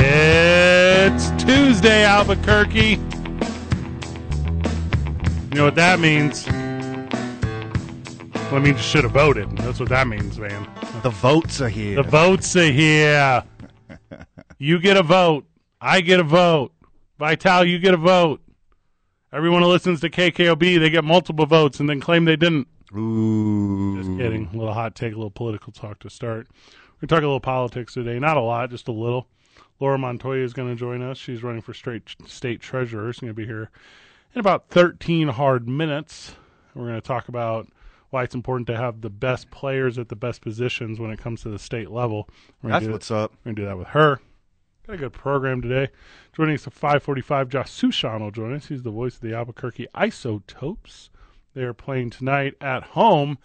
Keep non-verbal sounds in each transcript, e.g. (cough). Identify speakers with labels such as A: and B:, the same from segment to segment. A: It's Tuesday, Albuquerque. You know what that means? Well, I mean, you should have voted. That's what that means, man.
B: The votes are here.
A: The votes are here. You get a vote. I get a vote. Vital, you get a vote. Everyone who listens to KKOB, they get multiple votes and then claim they didn't.
B: Ooh.
A: Just kidding. A little hot take, a little political talk to start. We're going to talk a little politics today. Not a lot, just a little. Laura Montoya is going to join us. She's running for straight state treasurer. She's going to be here in about 13 hard minutes. We're going to talk about why it's important to have the best players at the best positions when it comes to the state level. We're gonna
B: That's
A: do-
B: what's up.
A: we're going to do that with her. Got a good program today. Joining us at 545, Josh Sushan will join us. He's the voice of the Albuquerque Isotopes. They are playing tonight at home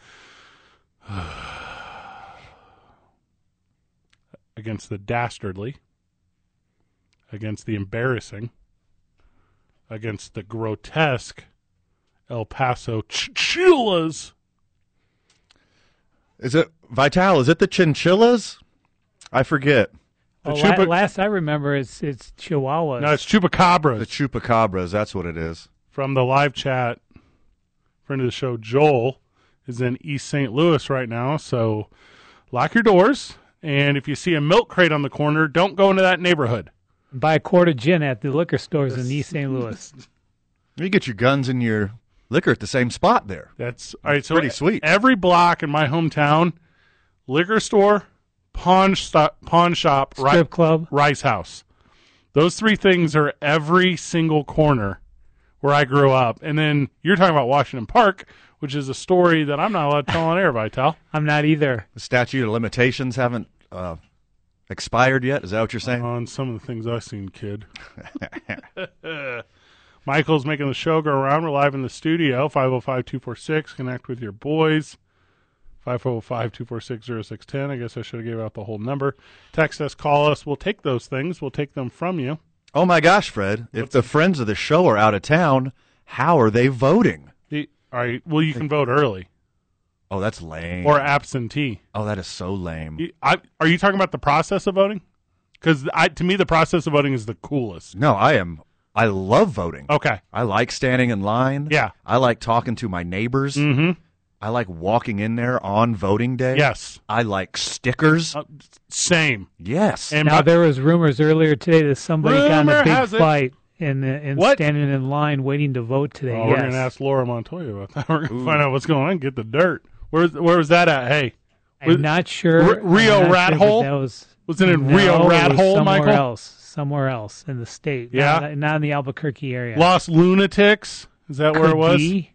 A: (sighs) against the dastardly, against the embarrassing, against the grotesque El Paso Chichulas.
B: Is it Vital? Is it the chinchillas? I forget.
A: The
C: Oh,
A: chupa-
C: la- last I remember, it's it's Chihuahuas.
A: No, it's Chupacabras.
B: The chupacabras. That's what it is.
A: from the live chat, friend of the show, Joel, is in East St. Louis right now. So lock your doors. And if you see a milk crate on the corner, don't go into that neighborhood.
C: Buy a quart of gin at the liquor stores in East St.
A: (laughs)
C: Louis.
B: You get your guns and your liquor at the same spot there.
A: That's all right. So
B: Pretty sweet.
A: Every block in my hometown, liquor store, pawn, sto- pawn shop, ri-
C: Strip club.
A: rice house. Those three things are every single corner where I grew up. And then you're talking about Washington Park, which is a story that I'm not allowed to tell on air, Vital.
C: I'm not either.
B: The statute of limitations haven't uh, expired yet. Is that what you're saying?
A: on some of the things I've seen, kid. (laughs) Michael's making the show go around. We're live in the studio, 505 246. Connect with your boys. 505 246 0610. I guess I should have gave out the whole number. Text us, call us. We'll take those things. We'll take them from you.
B: Oh my gosh, Fred! If the friends of the show are out of town, how are they voting?
A: The- all right. Well, you can vote early
B: Oh, that's lame.
A: or absentee.
B: oh, that is so lame.
A: You- I, are you talking about the process of voting? Because to me, the process of voting is the coolest.
B: No, I am. I love voting.
A: Okay.
B: I like standing in line.
A: Oh. Yeah.
B: I like talking to my neighbors.
A: Mm hmm.
B: I like walking in there on voting day.
A: Yes.
B: I like stickers.
A: Uh, same.
B: yes.
A: And
C: Now
A: by-
C: there was rumors earlier today that somebody got in
A: Rumor
C: a big
A: has it.
C: fight and and
A: What?
C: standing in line waiting to vote today.
A: Oh,
C: yes.
A: We're gonna ask Laura Montoya about that. (laughs) We're gonna find out what's going on. Get the dirt. Where's where was that at? Hey, was-
C: I'm not sure.
A: R- Rio
C: I'm not
A: Rat
C: sure, but
A: Hole?
C: That was
A: Was it in
C: No,
A: Rio
C: it
A: Rat
C: was
A: Hole,
C: somewhere
A: Michael?
C: else, somewhere else in the state.
A: Yeah?
C: not, not in the Albuquerque area.
A: Lost Lunatics. Is that where it
C: Could
A: was?
C: be.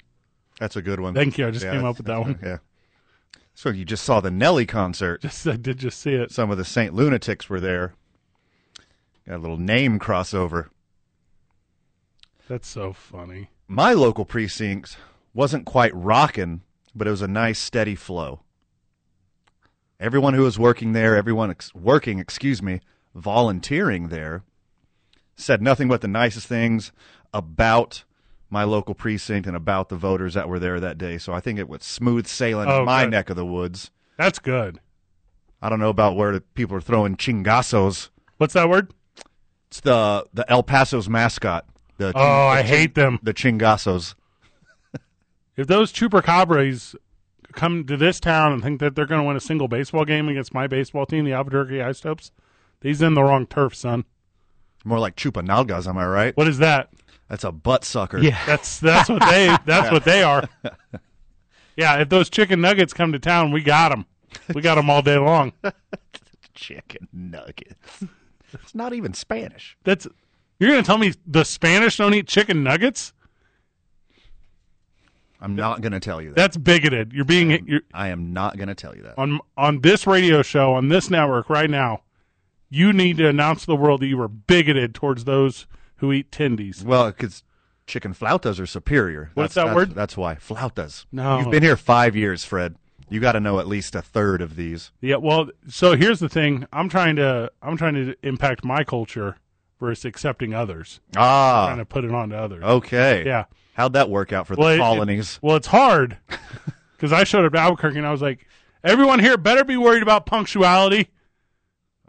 B: That's a good one.
A: Thank you. I just came up with that one.
B: Yeah. So you just saw the Nelly concert.
A: (laughs) Just I did just see it.
B: Some of the Saint Lunatics were there. Got a little name crossover.
A: That's so funny.
B: My local precinct wasn't quite rocking, but it was a nice steady flow. Everyone who was working there, everyone ex- working, excuse me, volunteering there, said nothing but the nicest things about my local precinct and about the voters that were there that day. So I think it was smooth sailing
A: Oh,
B: in my
A: good.
B: neck of the woods.
A: That's good.
B: I don't know about where the people are throwing chingasos.
A: What's that word?
B: It's the the El Paso's mascot. The
A: Oh,
C: Mm,
A: I hate them.
B: the chingasos.
A: If those chupacabras come to this town and think that they're gonna win a single baseball game against my baseball team, the Albuquerque Ice Topes, these in the wrong turf, son.
B: More like chupanalgas, am I right?
A: What is that?
B: That's a butt sucker.
C: Yeah.
A: That's that's what they that's what they are. Yeah, if those chicken nuggets come to town, we got them. We got them all day long.
B: Chicken nuggets. (laughs) It's not even Spanish.
A: That's you're gonna tell me the Spanish don't eat chicken nuggets?
B: I'm not going to tell you that.
A: That's bigoted. You're being you're,
B: I am not going to tell you that.
A: on on this radio show on this network right now. You need to announce to the world that you are bigoted towards those who eat tendies.
B: Well, because chicken flautas are superior.
A: What's
B: That's-
A: that
B: that's-
A: word?
B: That's why flautas.
A: No.
B: you've been here five years, Fred. You got to know at least a third of these.
A: Yeah, well, so here's the thing. I'm trying to I'm trying to impact my culture versus accepting others. Trying
B: Ah,
A: to put it on to others.
B: okay.
A: Yeah.
B: How'd that work out for
A: Well, it-
B: the
A: it-
B: colonies?
A: well, it's hard because I showed up to Albuquerque and I was like, everyone here better be worried about punctuality.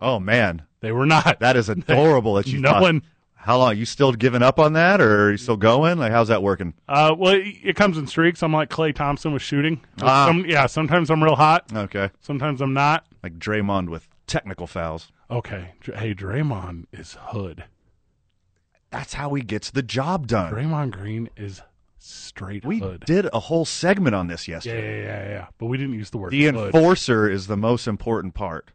B: oh man,
A: They were not.
B: that is adorable that
A: (laughs)
B: you.
A: No
B: thought-
A: one-
B: How long? You still giving up on that, or are you still going? Like, how's that working?
A: Uh, well, it, it comes in streaks. I'm like Clay Thompson with shooting.
B: Ah.
A: Some, yeah, sometimes I'm real hot.
B: Okay,
A: Sometimes I'm not.
B: like Draymond with technical fouls.
A: Okay. Dr- Hey, Draymond is hood.
B: That's how he gets the job done.
A: Draymond Green is straight
B: We
A: hood.
B: did a whole segment on this
A: yeah,
B: yesterday.
A: yeah, yeah, yeah. But we didn't use the word
B: The
A: hood.
B: enforcer is the most important part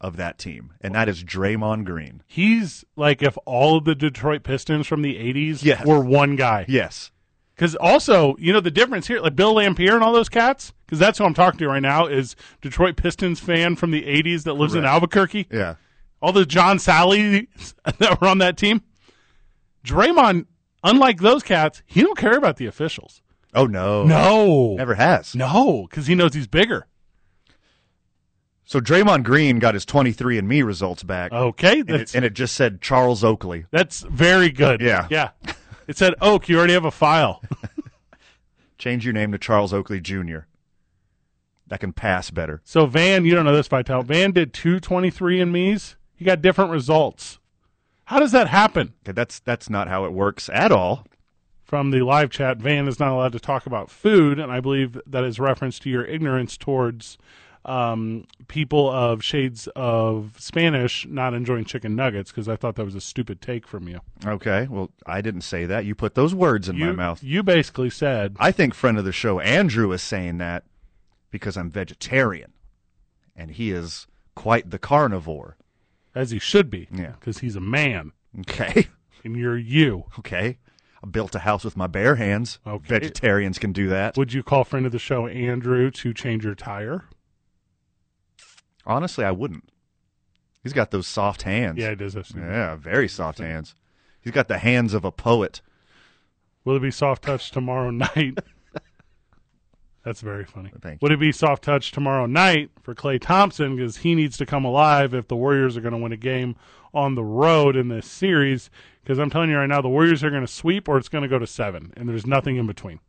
B: of that team, and that is Draymond Green.
A: He's like if all of the Detroit Pistons from the 80s
B: Yes.
A: were one guy.
B: Yes.
A: Because also, you know, the difference here, like Bill Lampier and all those cats, because that's who I'm talking to right now, is Detroit Pistons fan from the 80s that lives in
B: Correct.
A: Albuquerque.
B: Yeah.
A: All the John Sally (laughs) that were on that team. Draymond, unlike those cats, he don't care about the officials.
B: Oh no.
A: No.
B: Never has.
A: No, because he knows he's bigger.
B: So Draymond Green got his 23 and me results back,
A: Okay.
B: and, it,
A: Oh, That's,
B: and it just said Charles Oakley.
A: that's very good.
B: Yeah.
A: Yeah. It said, Oak, you already have a file. (laughs)
B: Change your name to Charles Oakley Jr. That can pass better.
A: So Van, you don't know this, Vital. Van did two 23 and me's. He got different results. How does that happen?
B: Okay, that's that's not how it works at all.
A: From the live chat, Van is not allowed to talk about food, and I believe that is reference to your ignorance towards um, people of shades of Spanish not enjoying chicken nuggets. Because I thought that was a stupid take from you.
B: Okay. Well, I didn't say that. You put those words in
A: you
B: my mouth.
A: You basically said
B: I think friend of the show Andrew is saying that because I'm vegetarian, and he is quite the carnivore.
A: as he should be.
B: Yeah.
A: Because he's a man,
B: Okay. (laughs)
A: and you're you.
B: Okay. I built a house with my bare hands.
A: Okay.
B: Vegetarians can do that.
A: Would you call friend of the show Andrew to change your tire?
B: Honestly, I wouldn't. He's got those soft hands.
A: Yeah, it is. This.
B: Yeah, very soft hands. He's got the hands of a poet.
A: Will it be soft touch tomorrow (laughs) night? That's very funny.
B: Thank you.
A: Would it be soft touch tomorrow night for Clay Thompson because he needs to come alive if the Warriors are going to win a game on the road in this series? Because I'm telling you right now, the Warriors are going to sweep or it's going to go to seven, and there's nothing in between.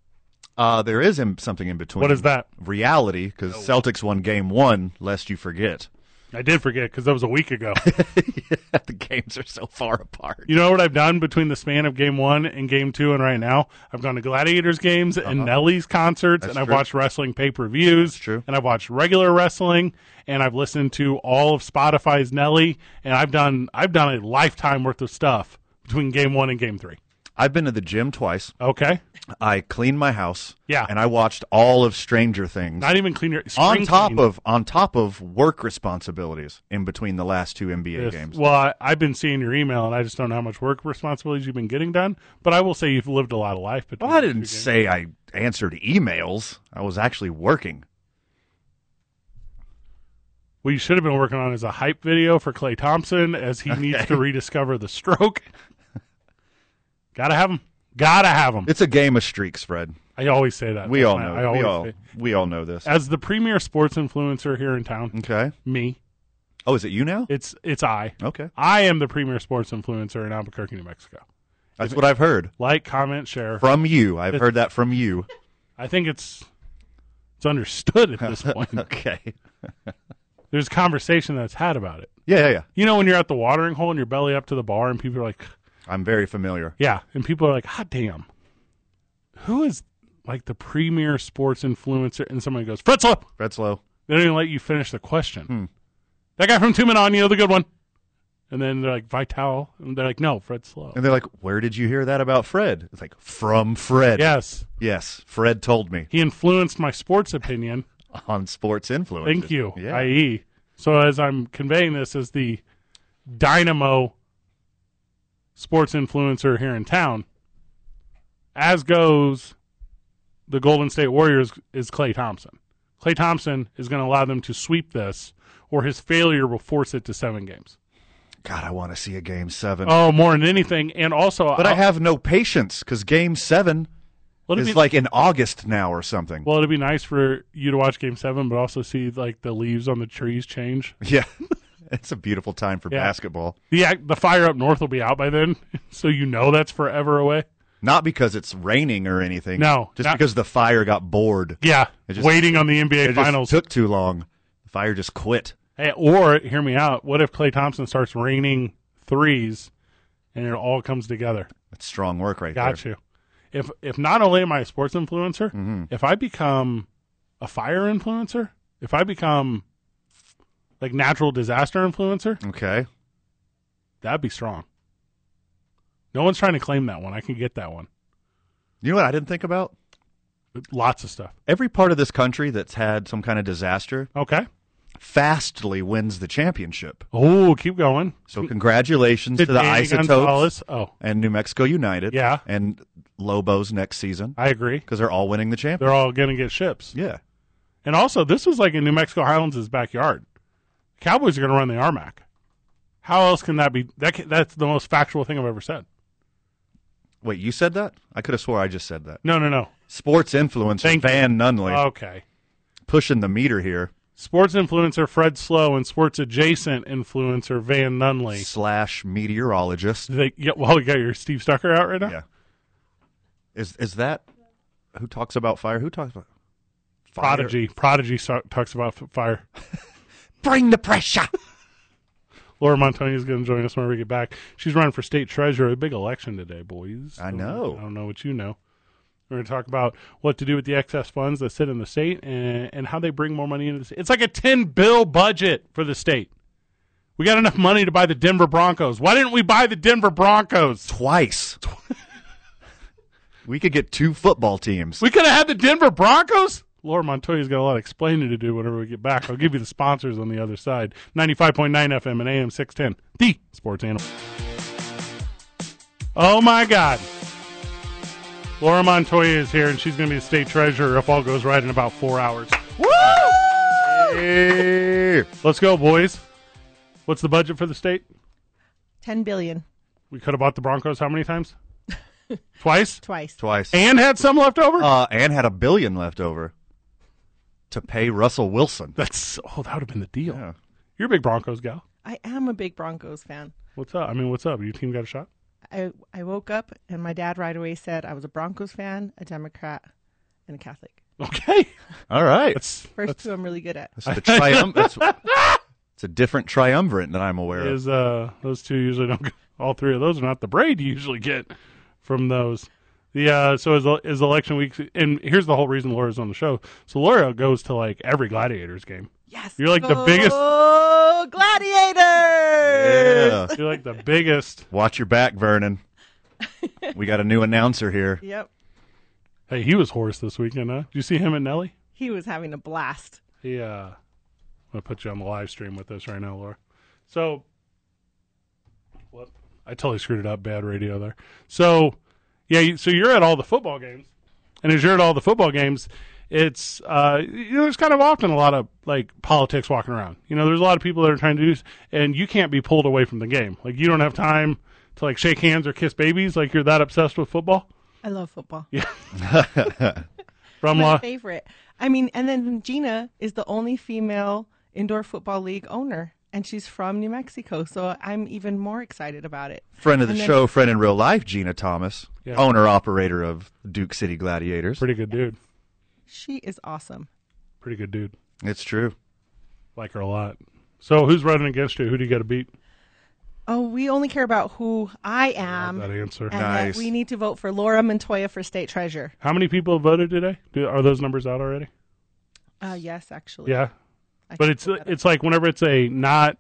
B: Uh, there is in, something in between.
A: What is that? Oh.
B: Reality, because Celtics won game one, lest you forget. (laughs)
A: I did forget because that was a week ago. (laughs)
B: the games are so far apart.
A: you know what I've done between the span of game one and game two and right now? I've gone to Gladiators games and Nelly's concerts,
B: Uh-huh. That's
A: and I've
B: true.
A: watched wrestling pay per views.
B: true.
A: And I've watched regular wrestling, and I've listened to all of Spotify's Nelly, and I've done I've done a lifetime worth of stuff between game one and game three.
B: I've been to the gym twice.
A: Okay,
B: I cleaned my house.
A: Yeah.
B: And I watched all of Stranger Things.
A: not even clean your
B: on
A: spring
B: top
A: clean.
B: of on top of work responsibilities in between the last two NBA
A: Yes.
B: games.
A: Well, I, I've been seeing your email, and I just don't know how much work responsibilities you've been getting done. But I will say you've lived a lot of life. Between
B: Well, I
A: the two
B: didn't
A: games.
B: say I answered emails. I was actually working.
A: What you should have been working on is a hype video for Clay Thompson as he needs to rediscover the stroke. Gotta have him. Gotta have him.
B: It's a game of streaks, Fred.
A: I always say that.
B: We
A: That's
B: all
A: my-
B: know.
A: I always
B: we all
A: say-
B: we all know this.
A: As the premier sports influencer here in town,
B: Okay.
A: me,
B: Oh, is it you now?
A: it's it's I.
B: Okay.
A: I am the premier sports influencer in Albuquerque, New Mexico.
B: That's what I've heard
A: Like, comment, share.
B: from you. I've heard that from you. (laughs)
A: I think it's it's understood at
B: (laughs)
A: this point.
B: Okay.
A: There's conversation that's had about it.
B: Yeah, yeah, yeah.
A: You know when you're at the watering hole and you're belly up to the bar and people are like,
B: I'm very familiar.
A: Yeah, and people are like, "Hot damn, who is like the premier sports influencer?" And somebody goes, "Fritzla."
B: Fred Slow.
A: They don't even let you finish the question. That guy from Two Men On, you know the good one. And then they're like Vital, and they're like, "No, Fred Slow."
B: And they're like, "Where did you hear that about Fred?" It's like, "From Fred."
A: Yes,
B: Yes, Fred told me
A: he influenced my sports opinion.
B: on Sports Influence.
A: Thank you,
B: Yeah.
A: IE. So as I'm conveying this as the dynamo sports influencer here in town, as goes the Golden State Warriors is Clay Thompson. Clay Thompson is going to allow them to sweep this, or his failure will force it to seven games.
B: God, I want to see a game seven.
A: Oh, more than anything, and also,
B: but I have no patience because game seven
A: Let it
B: is
A: be-
B: like in August now or something.
A: Well, it'd be nice for you to watch Game Seven, but also see like the leaves on the trees change.
B: (laughs) yeah. it's a beautiful time for
A: Yeah.
B: basketball.
A: The ac- the fire up north will be out by then, (laughs) so you know that's forever away.
B: Not because it's raining or anything.
A: No,
B: Just
A: not-
B: because the fire got bored.
A: Yeah,
B: It just-
A: waiting on the NBA
B: It just
A: Finals.
B: took too long. The fire just quit.
A: hey, or hear me out. What if Clay Thompson starts raining threes, and it all comes together?
B: That's strong work right
A: Got
B: there.
A: you. If if not only am I a sports influencer,
B: Mm-hmm.
A: if I become a fire influencer, if I become like natural disaster influencer,
B: Okay.
A: that'd be strong. No one's trying to claim that one. I can get that one.
B: You know what I didn't think about?
A: Lots of stuff.
B: Every part of this country that's had some kind of disaster
A: Okay.
B: fastly wins the championship.
A: Oh, keep going.
B: So congratulations to,
A: Did
B: the
A: Danny
B: Isotopes
A: Gonzalez- Oh,
B: and New Mexico United.
A: Yeah.
B: And Lobos next season
A: I agree.
B: because they're all winning the championship.
A: They're all going to get ships.
B: Yeah.
A: And also, this was like in New Mexico Highlands' backyard. Cowboys are going to run the Armac. How else can that be? That can, that's the most factual thing I've ever said.
B: Wait, you said that? I could have swore I just said that.
A: No, no, no.
B: Sports influencer
A: Thank you. Oh.
B: Van Nunley
A: Okay.
B: pushing the meter here
A: Sports influencer Fred Slow and sports adjacent influencer Van Nunley.
B: slash meteorologist.
A: They, yeah, well, you got your Steve Stucker out right now?
B: Yeah. Is is that who talks about fire? Who talks about fire?
A: Prodigy. Prodigy so- talks about f- fire.
B: Bring the pressure.
A: Laura Montoni is going to join us whenever we get back. She's running for state treasurer. A big election today, boys.
B: I know.
A: I don't know what you know. We're going to talk about what to do with the excess funds that sit in the state and, and how they bring more money into the state. It's like a 10 bill budget for the state. We got enough money to buy the Denver Broncos. Why didn't we buy the Denver Broncos?
B: Twice. we could get two football teams.
A: We could have had the Denver Broncos. Laura Montoya's got a lot of explaining to do whenever we get back. I'll give you the sponsors on the other side. 95.9 FM and AM 610, the sports animal. Oh my God. Laura Montoya is here, and she's going to be the state treasurer if all goes right in about four hours.
B: Yeah.
A: Let's go, boys. What's the budget for the state?
D: 10 billion
A: We could have bought the Broncos how many times? Twice?
D: twice.
B: Twice.
A: And had some left over?
B: uh, and had a billion left over to pay Russell Wilson.
A: That's, oh, that would have been the deal.
B: Yeah.
A: You're a big Broncos gal.
D: I am a big Broncos fan.
A: What's up? I mean, what's up? Your team got a shot? (laughs)
D: I, I woke up and my dad right away said I was a Broncos fan, a Democrat, and a Catholic.
A: Okay.
B: All right.
A: That's
D: First two I'm really good at.
B: That's the trium- that's, it's a different triumvirate that I'm aware of.
A: is uh those two usually don't go- all three of those are not the braid you usually get from those. The uh so is is election week and here's the whole reason Laura's on the show. So Laura goes to like every gladiators game.
D: Yes.
A: You're like the biggest-
D: Oh, gladiators.
B: Yeah.
A: You're like the biggest
B: Watch your back, Vernon. we got a new announcer here.
D: Yep.
A: Hey, he was hoarse this weekend, huh? Did you see him and Nelly?
D: He was having a blast.
A: He uh I'm gonna put you on the live stream with us right now, Laura. So what I totally screwed it up, bad radio there. So yeah, you- so you're at all the football games. And as you're at all the football games, it's uh you know, there's kind of often a lot of like politics walking around. You know, there's a lot of people that are trying to do s- and you can't be pulled away from the game. Like you don't have time to like shake hands or kiss babies, like you're that obsessed with football.
D: I love football.
A: From
D: My
A: La-
D: favorite. I mean, and then Gina is the only female indoor football league owner, and she's from New Mexico, so I'm even more excited about it.
B: Friend of the
D: And then-
B: show, friend in real life, Gina Thomas,
A: Yeah.
B: owner operator of Duke City Gladiators.
A: pretty good dude.
D: She is awesome.
A: Pretty good dude.
B: It's true.
A: like her a lot. So who's running against you? Who do you got to beat?
D: Oh, we only care about who I am.
A: that answer.
D: Um, and that
B: Nice.
D: we need to vote for Laura Montoya for state treasurer.
A: How many people have voted today? Do, are those numbers out already?
D: Uh, yes, actually.
A: Yeah,
D: I
A: but
D: can
A: it's uh,
D: pull that up.
A: it's like whenever it's a not.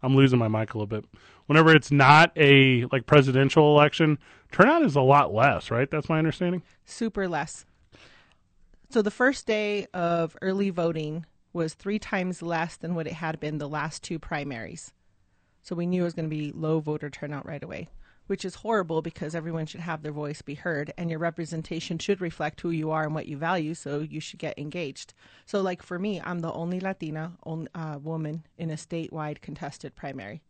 A: I'm losing my mic a little bit. Whenever it's not a like presidential election, turnout is a lot less, right? That's my understanding.
D: super less. So the first day of early voting was three times less than what it had been the last two primaries. So we knew it was going to be low voter turnout right away. which is horrible because everyone should have their voice be heard and your representation should reflect who you are and what you value so you should get engaged so like for me i'm the only latina on, uh, woman in a statewide contested primary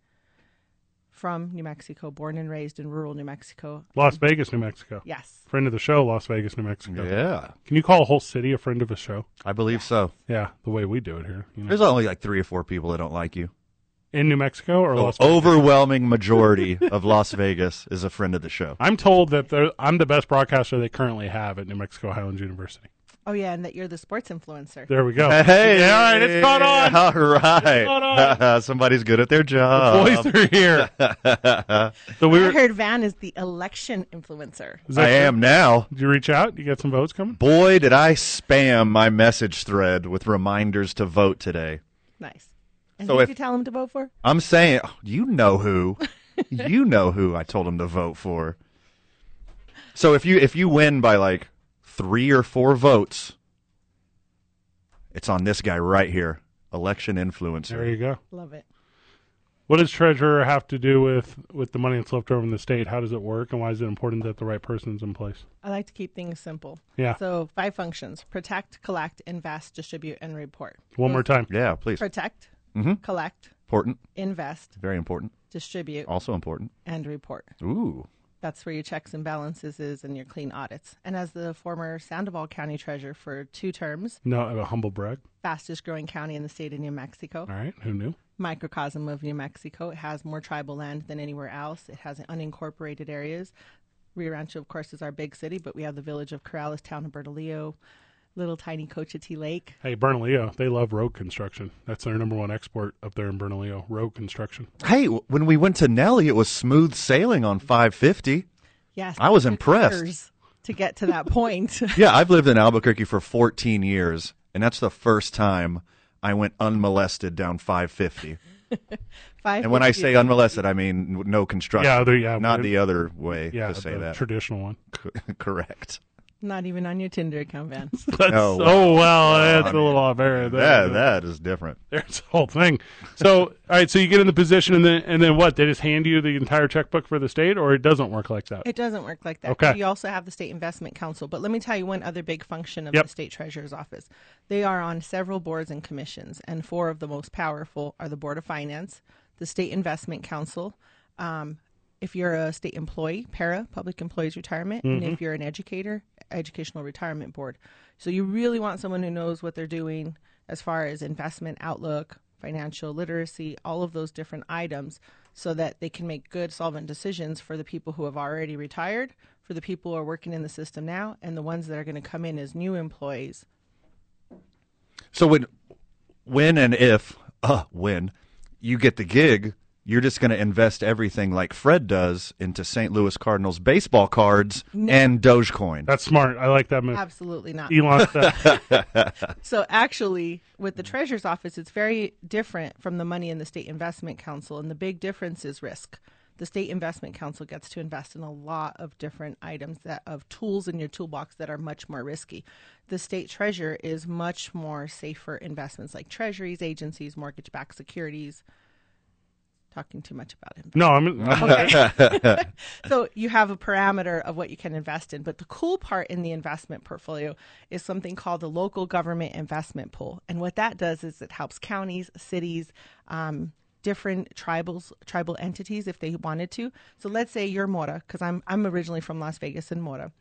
D: from new mexico born and raised in rural new mexico
A: Las Vegas, New Mexico.
D: yes
A: Friend of the show, Las Vegas, New Mexico.
B: Yeah,
A: Can you call a whole city a friend of a show?
B: I believe so.
A: Yeah, the way we do it here. You know.
B: There's only like three or four people that don't like you.
A: In New Mexico
D: Oh,
A: or Las Vegas?
B: Overwhelming majority of Las Vegas is a friend of the show.
A: I'm told that they're- I'm the best broadcaster they currently have at New Mexico Highlands University.
D: oh yeah and that you're the sports influencer
A: There we go.
B: Hey,
A: Yeah, all right, it's caught on.
B: All right.
A: caught
B: (laughs) somebody's good at their job.
A: Boys are here.
D: (laughs)
A: so we
D: i
A: were.
D: heard van is the election influencer
A: Is that
B: I
A: true?
B: am now.
A: Did you reach out? You got some votes coming?
B: Boy, did I spam my message thread with reminders to vote today.
D: nice and
B: So
D: who
B: if-
D: did you tell him to vote for
B: I'm saying, oh, you know
A: (laughs)
B: who, you know who I told him to vote for. So if you if you win by like three or four votes, it's on this guy right here, election
A: There
B: influencer.
A: you go.
D: love it
A: What does treasurer have to do with with the money that's left over in the state? How does it work, and why is it important that the right person's in place?
D: I like to keep things simple.
A: Yeah.
D: So five functions: protect, collect, invest, distribute, and report.
A: One more time.
B: Yeah, please. Mm-hmm.
D: Protect, collect,
B: Important,
D: invest,
B: very important,
D: distribute,
B: also important.
D: and report.
B: Ooh,
D: That's where your checks and balances is and your clean audits. And as the former Sandoval County treasurer for two terms,
A: No, a humble brag.
D: fastest growing county in the state of New Mexico,
A: All right, who knew?
D: microcosm of New Mexico. It has more tribal land than anywhere else. It has unincorporated areas. Rio Rancho, of course, is our big city, but we have the village of Corrales, town of Bertolillo, little tiny Cochiti Lake.
A: Hey, Bernalillo, they love road construction. That's their number one export up there in Bernalillo, road construction.
B: hey, w- when we went to Nelly, it was smooth sailing on 550.
D: Yes,
B: I was
D: it took
B: impressed.
D: years to get to that point. (laughs)
B: Yeah, I've lived in Albuquerque for 14 years, and that's the first time I went unmolested
A: (laughs)
B: down 550.
D: Five
B: And when I
D: fifty-
B: say unmolested, I mean n- no construction.
A: Yeah, the- yeah,
B: not
A: we-
B: the other way
A: Yeah,
B: to say
A: the
B: that.
A: traditional one.
B: (laughs) Correct.
D: not even on your Tinder
B: (laughs)
D: account, Van.
A: That's
B: Oh,
A: so
B: (laughs)
A: well. That's a little off air.
B: Yeah, that is different.
A: (laughs) There's the whole thing. So, all right. So you get in the position, and then and then what? They just hand you the entire checkbook for the state, or it doesn't work like that.
D: It doesn't work like that.
A: Okay.
D: You also have the State Investment Council. But let me tell you one other big function of
A: Yep.
D: the State Treasurer's Office. They are on several boards and commissions, and four of the most powerful are the Board of Finance, the State Investment Council. Um, if you're a state employee, para, Public Employees Retirement, and if you're an educator, Educational Retirement Board. So you really want someone who knows what they're doing as far as investment outlook, financial literacy, all of those different items so that they can make good solvent decisions for the people who have already retired, for the people who are working in the system now, and the ones that are going to come in as new employees.
B: So when, when and if, uh, when you get the gig, you're just going to invest everything like Fred does into St. Louis Cardinals baseball cards and Dogecoin.
A: That's smart. I like that move.
D: Absolutely not.
A: Elon
D: (laughs)
A: stuff.
D: So actually, with the treasurer's office, it's very different from the money in the state investment council, and the big difference is risk. The state investment council gets to invest in a lot of different items that of tools in your toolbox that are much more risky. The state treasurer is much more safer investments like treasuries, agencies, mortgage-backed securities. Talking too much about him.
A: no, I'm.
D: So you have a parameter of what you can invest in. But the cool part in the investment portfolio is something called the local government investment pool. And what that does is it helps counties, cities, um, different tribals, tribal entities if they wanted to. So let's say you're Mora, because I'm, I'm originally from Las Vegas and Mora.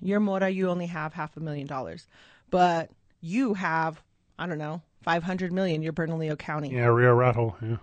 D: You're Mora, you only have half a million dollars. But you have, I don't know, 500 million. You're Bernalillo County.
A: Yeah, Rio Rattle. Yeah.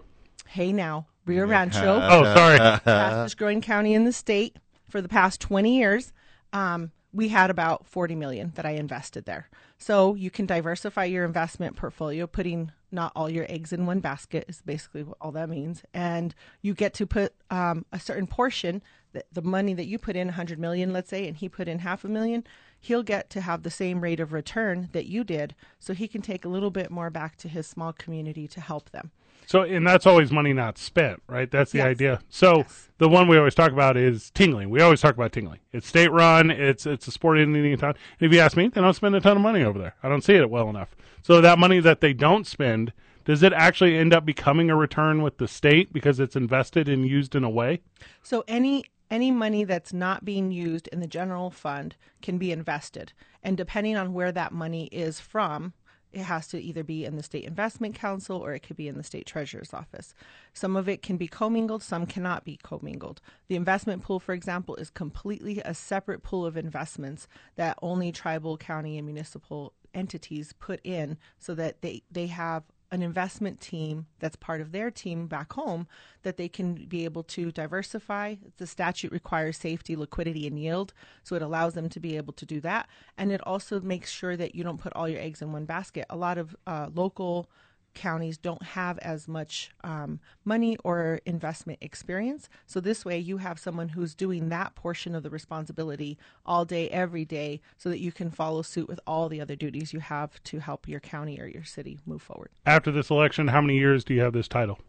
D: Hey now, Rio Rancho
A: (laughs) Oh, sorry.
D: uh. fastest growing county in the state for the past 20 years. Um, we had about 40 million that I invested there. So you can diversify your investment portfolio, putting not all your eggs in one basket is basically what all that means. And you get to put um, a certain portion, the, the money that you put in 100 million, let's say, and he put in half a million, he'll get to have the same rate of return that you did. So he can take a little bit more back to his small community to help them.
A: So, and that's always money not spent, right? That's the
D: Yes.
A: idea. So, the one we always talk about is tingling. We always talk about tingling. It's state run. It's it's a sport in Indian town. And if you ask me, they don't spend a ton of money over there. I don't see it well enough. So that money that they don't spend, does it actually end up becoming a return with the state because it's invested and used in a way?
D: So any Any money that's not being used in the general fund can be invested. And depending on where that money is from, it has to either be in the state investment council or it could be in the state treasurer's office. Some of it can be commingled, some cannot be commingled. The investment pool, for example, is completely a separate pool of investments that only tribal, county, and municipal entities put in so that they, they have an investment team that's part of their team back home that they can be able to diversify. The statute requires safety, liquidity, and yield, so it allows them to be able to do that. And it also makes sure that you don't put all your eggs in one basket. A lot of uh, local counties don't have as much um, money or investment experience. So this way, you have someone who's doing that portion of the responsibility all day, every day, so that you can follow suit with all the other duties you have to help your county or your city move forward.
A: After this election, how many years do you have this title?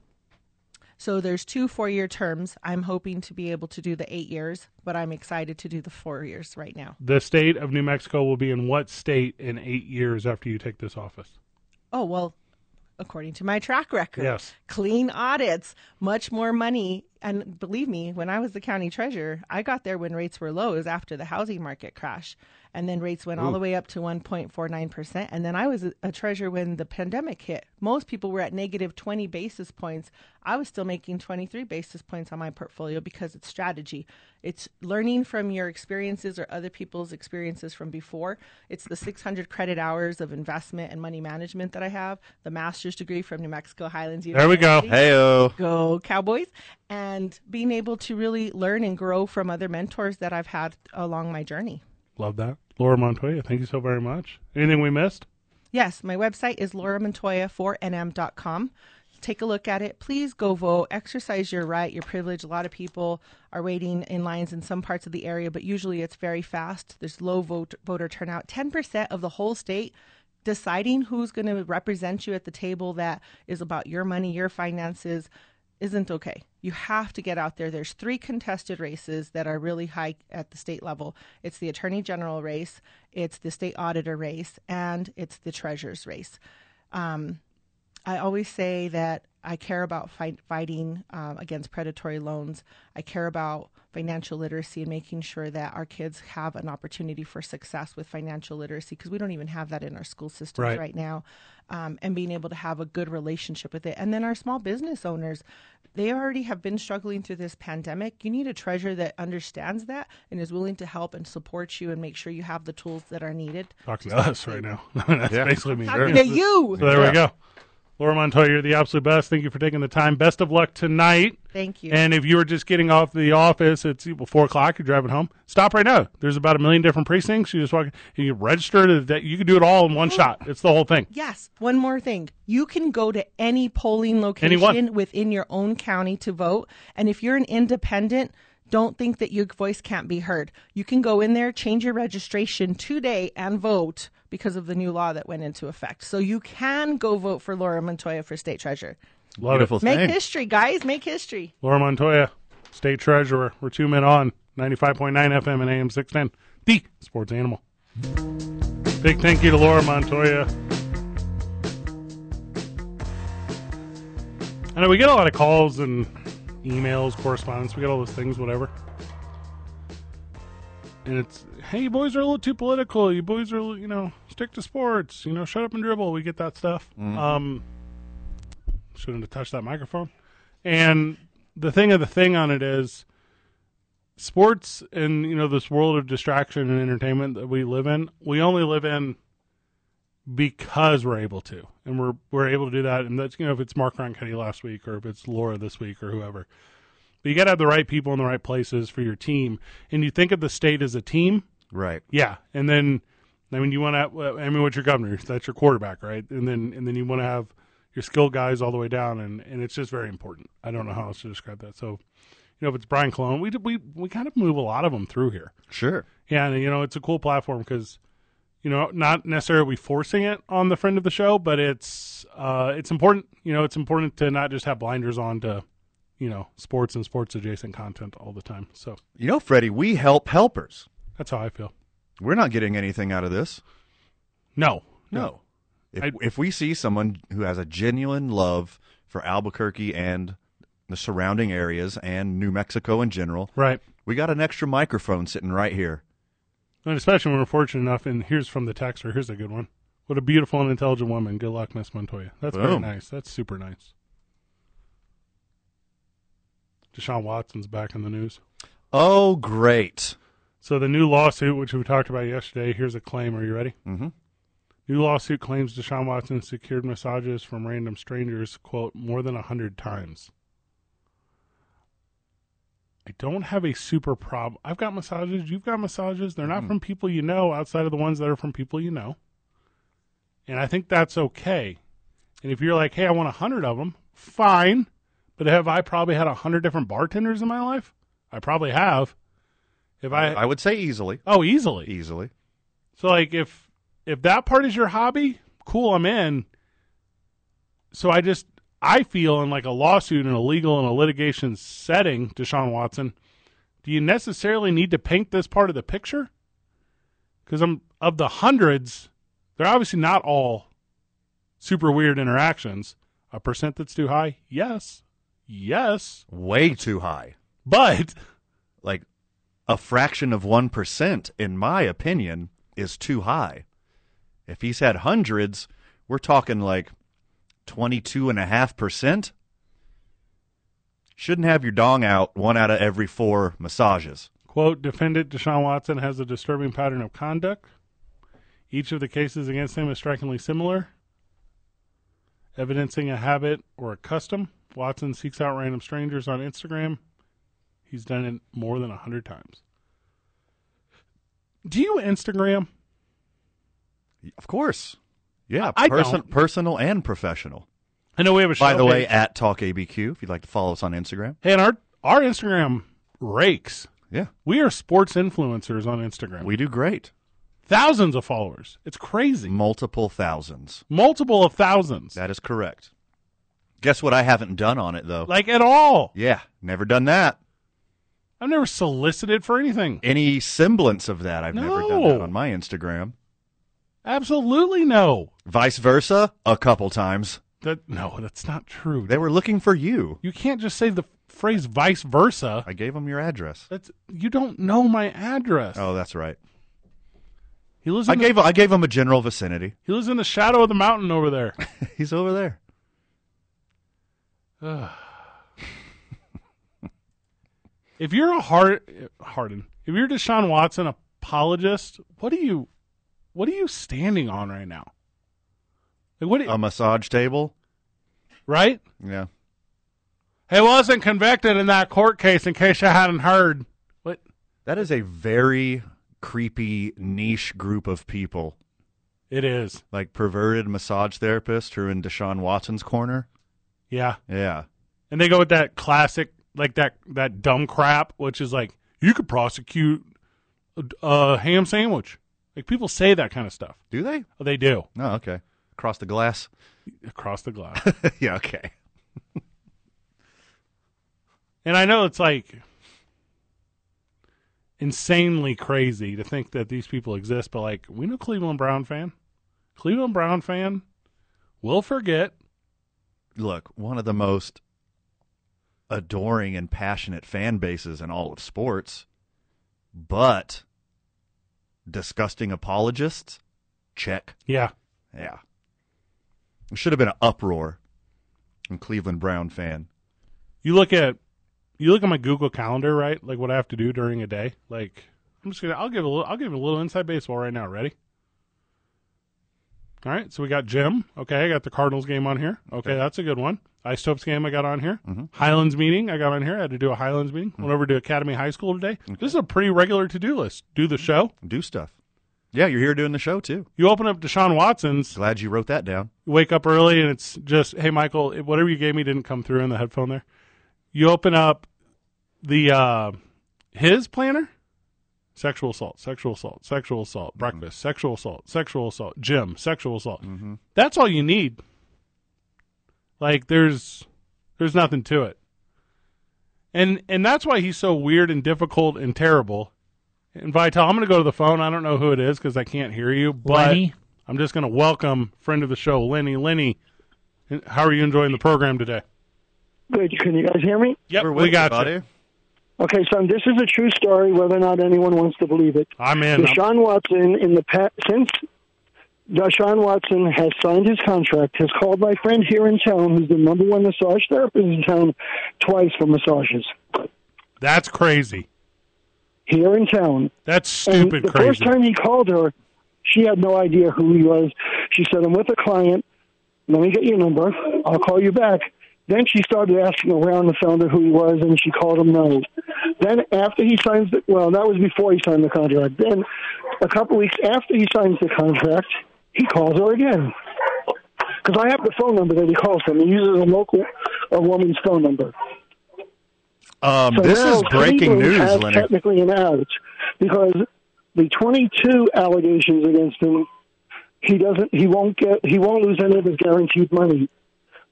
D: So there's two four-year terms. I'm hoping to be able to do the eight years, but I'm excited to do the four years right now.
A: The state of New Mexico will be in what state in eight years after you take this office?
D: Oh well, according to my track record.
A: Yes.
D: Clean audits, much more money. And believe me, when I was the county treasurer, I got there when rates were low. It was after the housing market crash. And then rates went all the way up to 1.49%. And then I was a, a treasurer when the pandemic hit. Most people were at negative 20 basis points. I was still making 23 basis points on my portfolio because it's strategy. It's learning from your experiences or other people's experiences from before. It's the 600 credit hours of investment and money management that I have, the master's degree from New Mexico Highlands
A: There we
D: University.
A: go.
B: Hey, oh.
D: Go Cowboys. And being able to really learn and grow from other mentors that I've had along my journey.
A: Love that. Laura Montoya, thank you so very much. Anything we missed?
D: Yes, my website is lauramontoya4nm.com. Take a look at it. Please go vote. Exercise your right, your privilege. A lot of people are waiting in lines in some parts of the area, but usually it's very fast. There's low vote, voter turnout. 10% of the whole state deciding who's going to represent you at the table that is about your money, your finances isn't okay. You have to get out there. There's three contested races that are really high at the state level. It's the attorney general race, it's the state auditor race, and it's the treasurer's race. I always say that I care about fight, fighting um, against predatory loans. I care about financial literacy and making sure that our kids have an opportunity for success with financial literacy because we don't even have that in our school systems
A: Right.
D: right, now. Um, and being able to have a good relationship with it. And then our small business owners, they already have been struggling through this pandemic. You need a treasurer that understands that and is willing to help and support you and make sure you have the tools that are needed.
A: Talking to us right now. (laughs) That's
B: Yeah.
A: basically me.
D: Talking to you.
A: So there we go. Laura Montoya, you're the absolute best. Thank you for taking the time. Best of luck tonight.
D: Thank you.
A: And if you were just getting off the office, it's well, four o'clock. You're driving home. Stop right now. There's about a million different precincts. You just walk. You register. That you can do it all in one shot. It's the whole thing.
D: Yes. One more thing. You can go to any polling location
A: Anyone.
D: within your own county to vote. And if you're an independent, don't think that your voice can't be heard. You can go in there, change your registration today, and vote because of the new law that went into effect. So you can go vote for Laura Montoya for state treasurer.
A: Love
B: Beautiful
D: Make
B: thing.
D: history, guys. Make history.
A: it. Laura Montoya, state treasurer. We're two men on 95.9 FM and AM 610. The sports animal. Big thank you to Laura Montoya. I know we get a lot of calls and emails, correspondence. We get all those things, whatever. And it's, hey, you boys are a little too political. You boys are, you know, stick to sports. You know, shut up and dribble. We get that stuff. Um, shouldn't have touched that microphone. And the thing of the thing on it is, sports and you know this world of distraction and entertainment that we live in, we only live in because we're able to, and we're we're able to do that. And that's you know if it's Mark Ronchetti last week or if it's Laura this week or whoever, but you got to have the right people in the right places for your team. And you think of the state as a team,
B: Right.
A: yeah, and then I mean you want to. I mean, what's your governor? That's your quarterback, right? And then and then you want to have your skill guys all the way down, and and it's just very important. I don't know how else to describe that. So, you know, if it's Brian Cologne, we we we kind of move a lot of them through here.
B: Sure.
A: Yeah, and you know, it's a cool platform because you know, not necessarily we forcing it on the friend of the show, but it's uh it's important. You know, it's important to not just have blinders on to you know sports and sports adjacent content all the time. So
B: You know, Freddie, we help helpers.
A: that's how I feel.
B: We're not getting anything out of this.
A: No,
B: No. If,
A: I-
B: if we see someone who has a genuine love for Albuquerque and the surrounding areas and New Mexico in general,
A: right.
B: We got an extra microphone sitting right here.
A: And especially when we're fortunate enough, and here's from the texter. Here's a good one. What a beautiful and intelligent woman. Good luck, Miss Montoya. That's very
B: Boom.
A: nice. That's super nice. Deshaun Watson's back in the news.
B: Oh, great.
A: So the new lawsuit, which we talked about yesterday, here's a claim. Are you ready?
B: Mhm.
A: New lawsuit claims Deshaun Watson secured massages from random strangers, quote, more than a hundred times. I don't have a super problem. I've got massages. You've got massages. They're not from people you know, outside of the ones that are from people you know. And I think that's okay. And if you're like, hey, I want a hundred of them, fine. But have I probably had a hundred different bartenders in my life? I probably have. If I,
B: I would say easily.
A: oh, easily.
B: Easily.
A: So like if if that part is your hobby, cool, I'm in. So I just I feel in like a lawsuit in a legal and a litigation setting, Deshaun Watson, do you necessarily need to paint this part of the picture? Because I'm of the hundreds, they're obviously not all super weird interactions. A percent that's too high, yes, yes,
B: Way too high.
A: but
B: Like a fraction of 1%, in my opinion, is too high. If he's had hundreds, we're talking like 22.5%. Shouldn't have your dong out one out of every four massages.
A: Quote, defendant Deshaun Watson has a disturbing pattern of conduct. Each of the cases against him is strikingly similar, evidencing a habit or a custom. Watson seeks out random strangers on Instagram. He's done it more than 100 times. Do you Instagram?
B: Of course. Yeah,
A: I don't.
B: personal and professional.
A: I know we have a show
B: By the way,
A: page.
B: at TalkABQ, if you'd like to follow us on Instagram.
A: hey, and our, our Instagram rakes.
B: Yeah,
A: We are sports influencers on Instagram.
B: we do great.
A: Thousands of followers. It's crazy.
B: Multiple thousands.
A: Multiple of thousands.
B: That is correct. Guess what I haven't done on it, though?
A: Like at all.
B: yeah, never done that.
A: I've never solicited for anything.
B: Any semblance of that, I've never done that
A: No.
B: on my Instagram.
A: Absolutely no.
B: Vice versa, a couple times.
A: That no, that's not true.
B: They were looking for you.
A: You can't just say the phrase vice versa.
B: I gave them your address.
A: That's you don't know my address.
B: Oh, that's right.
A: he lives. In
B: I
A: the,
B: gave I gave them a general vicinity. (laughs)
A: He lives in the shadow of the mountain over there. (laughs)
B: He's over there.
A: if you're a hard Harden, if you're Deshaun Watson apologist, what are you, what are you standing on right now? Like what? do you-
B: A massage table.
A: right?
B: Yeah.
A: He wasn't convicted in that court case. In case you hadn't heard, what?
B: That is a very creepy niche group of people,
A: It is.
B: like perverted massage therapists who are in Deshaun Watson's corner.
A: Yeah.
B: Yeah.
A: and they go with that classic like that that dumb crap which is like you could prosecute a, a ham sandwich like people say that kind of stuff
B: Do they?
A: oh, they do
B: No, okay. Across the glass. (laughs)
A: across the glass
B: yeah, okay.
A: and i know it's like insanely crazy to think that these people exist but like we know cleveland brown fan cleveland brown fan will forget
B: Look, one of the most adoring and passionate fan bases in all of sports, but disgusting apologists? Check.
A: yeah
B: Yeah. It should have been an uproar. I'm a Cleveland Brown fan.
A: you look at you look at my Google Calendar, right? Like what I have to do during a day. Like I'm just gonna I'll give a little I'll give a little inside baseball right now. Ready? All right, so we got Jim. Okay, I got the Cardinals game on here. Okay, that's a good one. Isotopes game I got on here. Highlands meeting I got on here. I had to do a Highlands meeting. Went over to Academy High School today. This is a pretty regular to do list. Do the show.
B: Do stuff. Yeah, you're here doing the show too.
A: You open up Deshaun Watson's.
B: Glad you wrote that down.
A: You wake up early and it's just, hey, Michael, it- whatever you gave me didn't come through in the headphone there. You open up the uh, his planner, sexual assault, sexual assault, sexual assault, breakfast, sexual assault, sexual assault, gym, sexual assault. That's all you need. Like there's there's nothing to it. And and that's why he's so weird and difficult and terrible. And Vital, I'm going to go to the phone. I don't know who it is because I can't hear you. But
C: Lenny?
A: I'm just going to welcome friend of the show, Lenny. Lenny, how are you enjoying the program today?
E: Good. Can you guys hear me?
A: Yep,
B: We're with
A: we got
B: you, buddy.
A: you.
E: Okay, son, this is a true story, whether or not anyone wants to believe it.
A: I'm in. I'm-
E: Deshaun Watson in the past since Deshaun Watson has signed his contract, has called my friend here in town, who's the number one massage therapist in town, twice for massages
A: That's crazy.
E: here in town.
A: That's
E: And
A: stupid
E: the
A: crazy.
E: first time he called her, she had no idea who he was. She said, "I'm with a client. Let me get your number. I'll call you back." Then she started asking around and found out who he was, and she called him no. Then after he signs the well, that was before he signed the contract. Then a couple weeks after he signs the contract, he calls her again because I have the phone number that he calls from. He uses a local a woman's phone number.
B: Um,
E: So
B: this
E: now
B: is breaking
E: Cleveland
B: news,
E: has
B: Leonard.
E: Technically an out because the 22 allegations against him, he doesn't, he won't get, he won't lose any of his guaranteed money.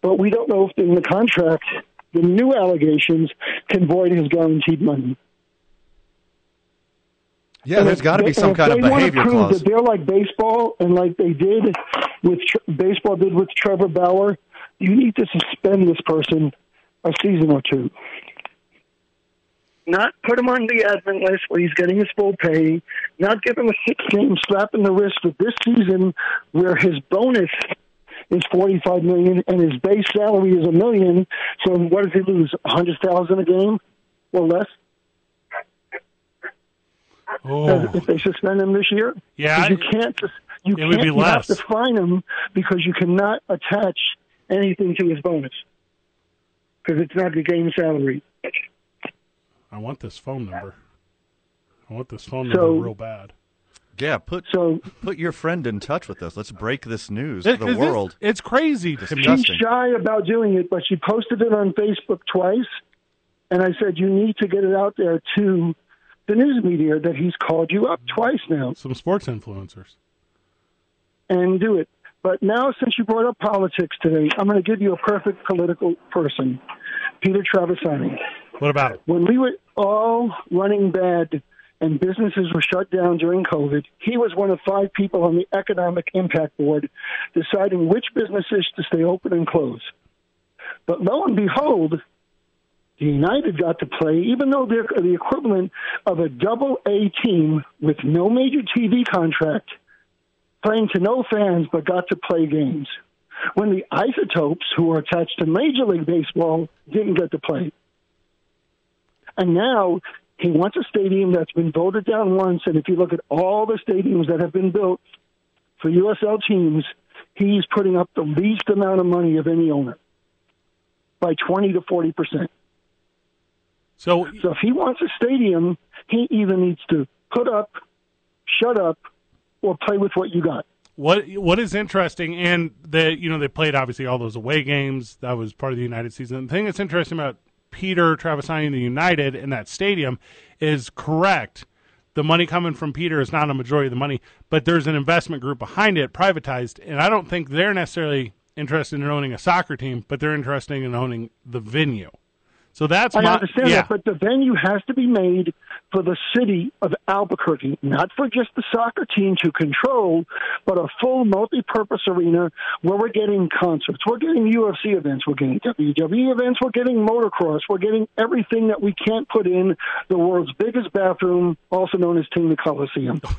E: But we don't know if in the contract the new allegations can void his guaranteed money.
B: yeah,
E: And
B: there's
E: if
B: got to
E: they-
B: be
E: and
B: some
E: if
B: kind of
E: they wanna
B: behavior
E: prove
B: clause.
E: That they're like baseball, and like they did with Tr- baseball did with Trevor Bauer. You need to suspend this person a season or two. Not put him on the advent list where he's getting his full pay. Not give him a six game slap in the wrist for this season, where his bonus is forty five million and his base salary is a million. So what does he lose? A hundred thousand a game or less?
A: oh,
B: Oh.
E: if they suspend him this year.
A: Yeah,
E: Because you can't. sus- You
A: it
E: can't.
A: would be
E: you have
A: less.
E: to fine him because you cannot attach anything to his bonus because it's not the game salary.
A: I want this phone number. I want this phone
E: So-
A: number real bad.
B: Yeah, put
E: So
B: put your friend in touch with us. Let's break this news to
A: It-
B: the
A: it's-
B: world.
A: It's crazy to me.
B: Disgusting.
E: she's shy about doing it, but she posted it on Facebook twice, and I said you need to get it out there to the news media that he's called you up twice now
A: Some sports influencers.
E: and do it. But now, since you brought up politics today, I'm going to give you a perfect political person, Peter Travisani.
A: What about it?
E: when we were all running bad and businesses were shut down during COVID, he was one of five people on the Economic Impact Board deciding which businesses to stay open and close. But lo and behold, the United got to play, even though they're the equivalent of a double A team with no major TV contract, playing to no fans, but got to play games. When the Isotopes, who are attached to Major League Baseball, didn't get to play. And now he wants a stadium that's been voted down once. And if you look at all the stadiums that have been built for USL teams, he's putting up the least amount of money of any owner by 20 to 40 percent.
A: So
E: So if he wants a stadium, he either needs to put up, shut up, or play with what you got.
A: what what is interesting and the you know they played obviously all those away games that was part of the united season the thing that's interesting about peter travisani and the united and that stadium is correct the money coming from peter is not a majority of the money but there's an investment group behind it privatized and i don't think they're necessarily interested in owning a soccer team but they're interested in owning the venue so that's
E: I
A: my
E: understand
A: yeah.
E: that, but the venue has to be made for the city of Albuquerque, not for just the soccer team to control, but a full multi-purpose arena where we're getting concerts, we're getting UFC events, we're getting WWE events, we're getting motocross, we're getting everything that we can't put in the world's biggest bathroom, also known as Tina Coliseum.
A: (laughs)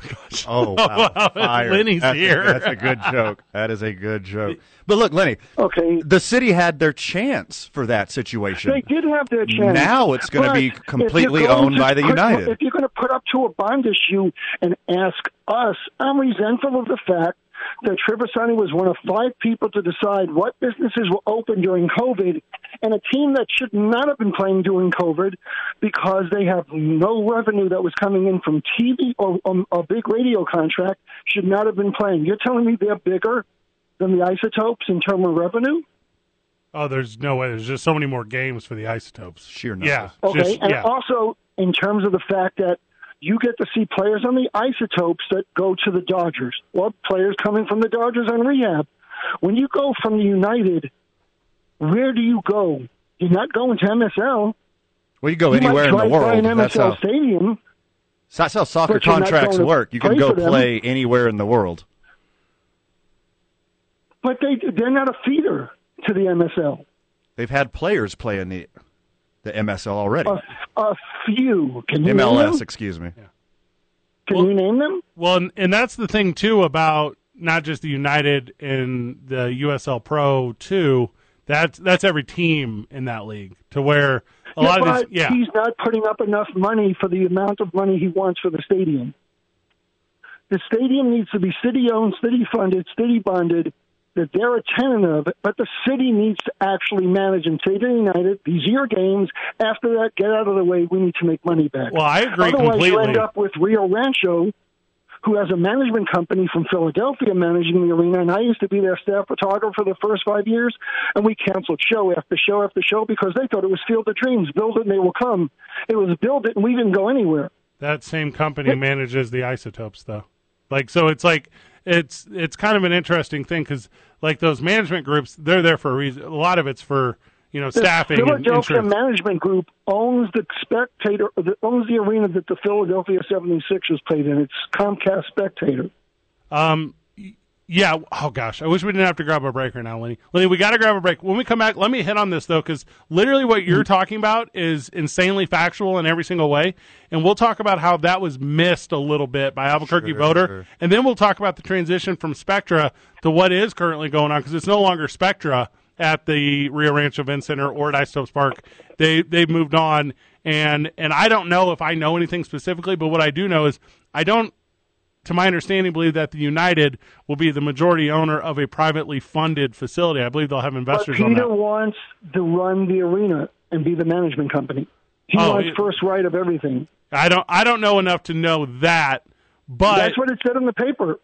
B: Oh, wow.
A: Wow,
B: Fire.
A: Lenny's
B: that's
A: here.
B: A, that's a good joke. That is a
A: (laughs)
B: good joke. But look, Lenny,
E: Okay,
B: the city had their chance for that situation.
E: They did have their chance.
B: Now it's gonna
E: But
B: be
E: if you're
B: completely
E: going
B: owned
E: to
B: by the
E: put-
B: United.
E: If you're going to put up to a bond issue and ask us, I'm resentful of the fact that Trevisani was one of five people to decide what businesses were open during COVID, and a team that should not have been playing during COVID because they have no revenue that was coming in from TV or um, a big radio contract should not have been playing. You're telling me they're bigger than the isotopes in terms of revenue?
A: oh there's no way there's just so many more games for the isotopes
B: Sheer
A: yeah
B: numbers.
E: Okay,
A: just-
E: and
A: yeah.
E: also in terms of the fact that you get to see players on the isotopes that go to the Dodgers, or players coming from the Dodgers on rehab. When you go from the United, where do you go? You're not going to MSL.
B: Well, you go
E: You might
B: anywhere in the
E: drive by
B: world.
E: an
B: That's
E: MSL
B: how,
E: stadium.
B: so that's how soccer
E: But you're not
B: contracts
E: going to
B: work. You can
E: play
B: go
E: for them.
B: play anywhere in the world.
E: But they they're not a feeder to the MSL.
B: They've had players play in the the MSL already.
E: A, a few. Can Uh, you name
B: MLS,
E: them?
B: excuse me.
E: Can you name them?
A: Well, and, and that's the thing too about not just the United and the USL Pro too. That's that's every team in that league to where a lot of
E: but
A: these yeah
E: he's not putting up enough money for the amount of money he wants for the stadium. The stadium needs to be city owned, city funded, city bonded, that they're a tenant of it, but the city needs to actually manage and say to United, these are your games. After that, get out of the way. We need to make money back.
A: Well, I agree
E: Otherwise, you
A: completely.
E: end up with Rio Rancho, who has a management company from Philadelphia managing the arena, and I used to be their staff photographer for the first five years, and we canceled show after show after show because they thought it was Field of Dreams, build it and they will come. It was build it and we didn't go anywhere.
A: that same company manages the isotopes though. Like so, it's like it's it's kind of an interesting thing because like those management groups, they're there for a reason. A lot of it's for you know staffing and
E: Philadelphia
A: insurance.
E: Management Group owns the spectator, owns the arena that the Philadelphia 76ers played in. It's Comcast Spectator.
A: Um, y- yeah. Oh gosh, I wish we didn't have to grab a break right now, Lenny. Lenny, we got to grab a break. When we come back, let me hit on this though, because literally what you're talking about is insanely factual in every single way, and we'll talk about how that was missed a little bit by Albuquerque voter, and then we'll talk about the transition from Spectra to what is currently going on, because it's no longer Spectra at the Rio Rancho Event Center or at Isotopes Park. They they've moved on, and and I don't know if I know anything specifically, but what I do know is I don't to my understanding, believe that the United will be the majority owner of a privately funded facility. I believe they'll have
E: But
A: investors on
E: Peter
A: that.
E: wants to run the arena and be the management company. He
A: Oh,
E: wants
A: it-
E: first right of everything.
A: I don't. I don't know enough to know that, but
E: That's what it said in the paper.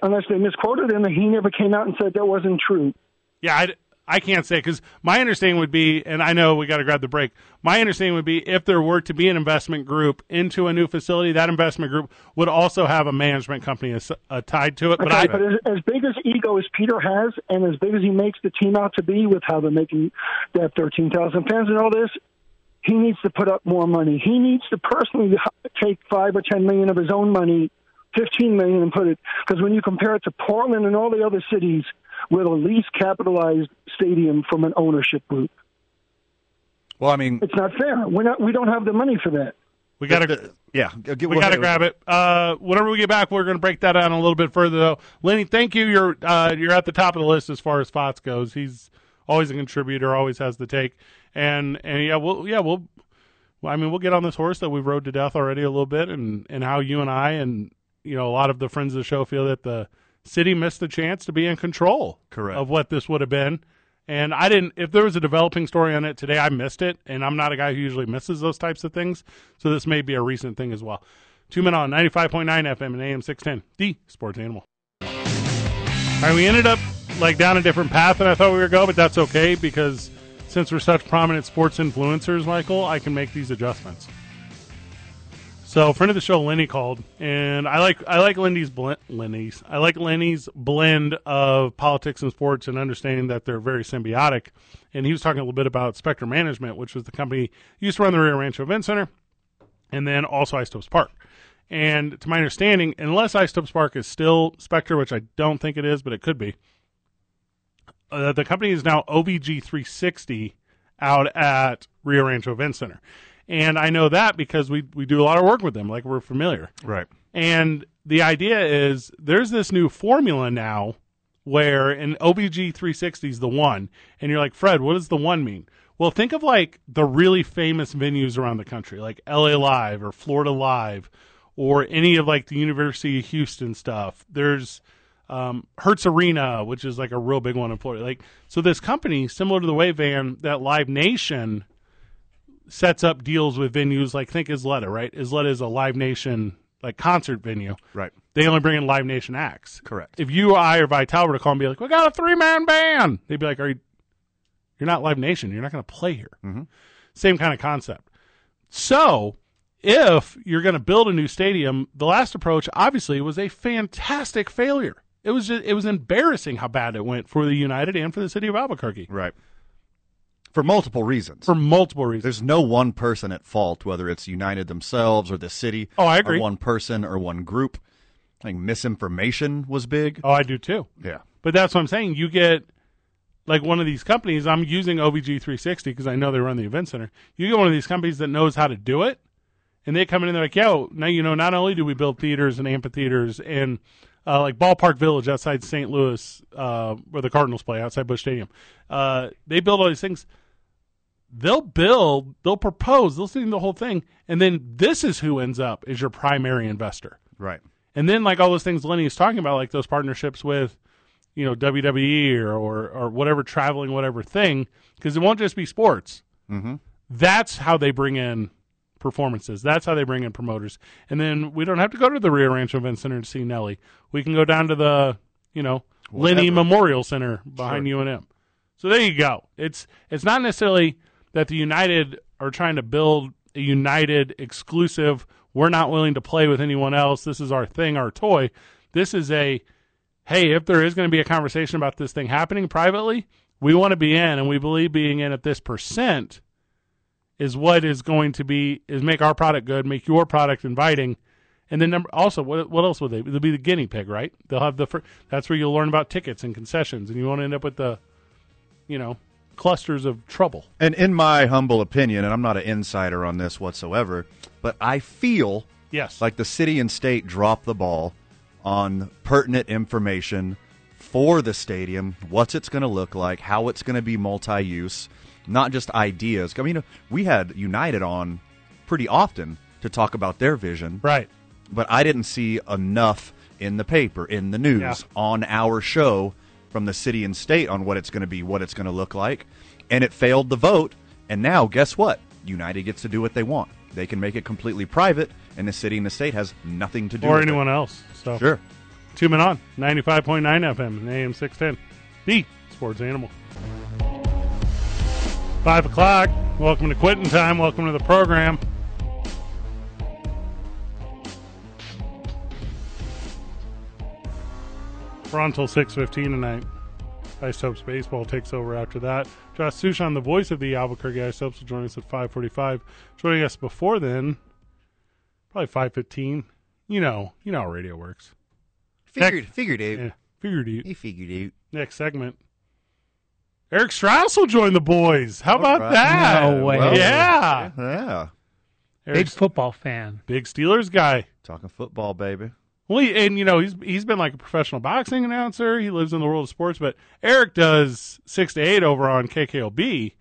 E: Unless they misquoted him, and he never came out and said that wasn't true.
A: yeah, I, I can't say because my understanding would be, and I know we got to grab the break. My understanding would be if there were to be an investment group into a new facility, that investment group would also have a management company as, uh, tied to it. But I,
E: Okay, but as, as big as ego as Peter has, and as big as he makes the team out to be with how they're making that 13,000 fans and all this, he needs to put up more money. He needs to personally take five or 10 million of his own money, 15 million, and put it. Because when you compare it to Portland and all the other cities, we're the least capitalized stadium from an ownership group.
B: Well, I mean,
E: It's not fair. We're not. We don't have the money for that.
A: we got
B: the-
A: to.
B: the- yeah, g- g-
A: We got to grab it. Uh, whenever we get back, we're going to break that down a little bit further, though. Lenny, thank you. You're uh, you're at the top of the list as far as Fox goes. He's always a contributor, always has the take, and and yeah, we'll yeah we'll. well, I mean, we'll get on this horse that we've rode to death already a little bit, and and how you and I and you know a lot of the friends of the show feel that the city missed the chance to be in control
B: Correct.
A: of what this would have been. And I didn't. If there was a developing story on it today, I missed it. And I'm not a guy who usually misses those types of things. So this may be a recent thing as well. Two men on 95.9 FM and AM 610, the sports animal. All right, we ended up like down a different path than I thought we were going, but that's okay because since we're such prominent sports influencers, Michael, I can make these adjustments. So, a friend of the show, Lenny called, and I like I like Lenny's blend. Lenny's I like Lenny's blend of politics and sports, and understanding that they're very symbiotic. And he was talking a little bit about Spectrum Management, which was the company used to run the Rio Rancho Event Center, and then also Istopes Park. And to my understanding, unless Istopes Park is still Spectre, which I don't think it is, but it could be, uh, the company is now OVG 360 out at Rio Rancho Event Center. And I know that because we, we do a lot of work with them, like we're familiar.
B: Right.
A: And the idea is there's this new formula now where an OBG 360 is the one. And you're like, Fred, what does the one mean? Well, think of like the really famous venues around the country, like LA Live or Florida Live or any of like the University of Houston stuff. There's um, Hertz Arena, which is like a real big one in Florida. Like, so this company, similar to the way van that Live Nation sets up deals with venues like think Isleta, right? Isleta is a Live Nation like concert venue.
B: Right.
A: They only bring in Live Nation acts.
B: Correct.
A: If you or I or Vital were to call and be like, "We got a three man band," they'd be like, "Are you? You're not Live Nation. You're not going to play here." Same kind of concept. So, if you're going to build a new stadium, the last approach obviously was a fantastic failure. It was just, it was embarrassing how bad it went for the United and for the city of Albuquerque
B: Right. For multiple reasons.
A: for multiple reasons.
B: There's no one person at fault, whether it's United themselves or the city.
A: Oh, I agree.
B: Or one person or one group. I think misinformation was big.
A: Oh, I do too.
B: Yeah.
A: But that's what I'm saying. You get like one of these companies, I'm using OVG 360 because I know they run the event center. You get one of these companies that knows how to do it, and they come in and they're like, "Yo, now you know. Not only do we build theaters and amphitheaters and uh, like Ballpark Village outside St. Louis, uh, where the Cardinals play outside Bush Stadium, uh, they build all these things. They'll build, they'll propose, they'll see the whole thing, and then this is who ends up as your primary investor.
B: Right.
A: And then like all those things Lenny is talking about, like those partnerships with, you know, WWE or or, or whatever traveling whatever thing, because it won't just be sports.
B: Mhm.
A: That's how they bring in performances. That's how they bring in promoters. And then we don't have to go to the Rio Rancho Event Center to see Nelly. We can go down to the you know Lenny
B: Whatever.
A: Memorial Center behind
B: Sure.
A: UNM. So there you go. It's it's not necessarily that the United are trying to build a united exclusive. We're not willing to play with anyone else. This is our thing, our toy. This is a hey, if there is going to be a conversation about this thing happening privately, we want to be in, and we believe being in at this percent is what is going to be is make our product good, make your product inviting, and then number also what what else would they? They'll be the guinea pig, right? They'll have the fir- that's where you'll learn about tickets and concessions, and you won't end up with the, you know, clusters of trouble.
B: And in my humble opinion, and I'm not an insider on this whatsoever, but I feel
A: Yes,
B: like the city and state dropped the ball on pertinent information for the stadium, what it's going to look like, how it's going to be multi-use, not just ideas. I mean, we had United on pretty often to talk about their vision,
A: right.
B: but I didn't see enough in the paper, in the news,
A: Yeah.
B: on our show from the city and state on what it's going to be, what it's going to look like. And it failed the vote. And now, guess what? United gets to do what they want. They can make it completely private, and the city and the state has nothing to do
A: Or
B: with
A: anyone else. So
B: It. Sure.
A: two men on ninety five point nine FM and AM six ten, the sports animal. Five o'clock. Welcome to quitting time. Welcome to the program. We're on till six fifteen tonight. Ice Topes Baseball takes over after that. Josh Sushan, the voice of the Albuquerque Ice Topes, will join us at five forty-five. Joining us before then, probably five fifteen. You know, you know how radio works.
B: Figured, figured out.
A: Yeah, figured you.
B: He figured out.
A: Next segment. Eric Strauss will join the boys. How about
B: right.
A: that?
C: No way.
B: Well,
A: yeah.
B: Yeah.
C: Big
A: Eric's
C: football fan.
A: big Steelers guy.
B: Talking football, baby.
A: Well, he, and you know he's he's been like a professional boxing announcer. He lives in the world of sports, but Eric does six to eight over on KKLB,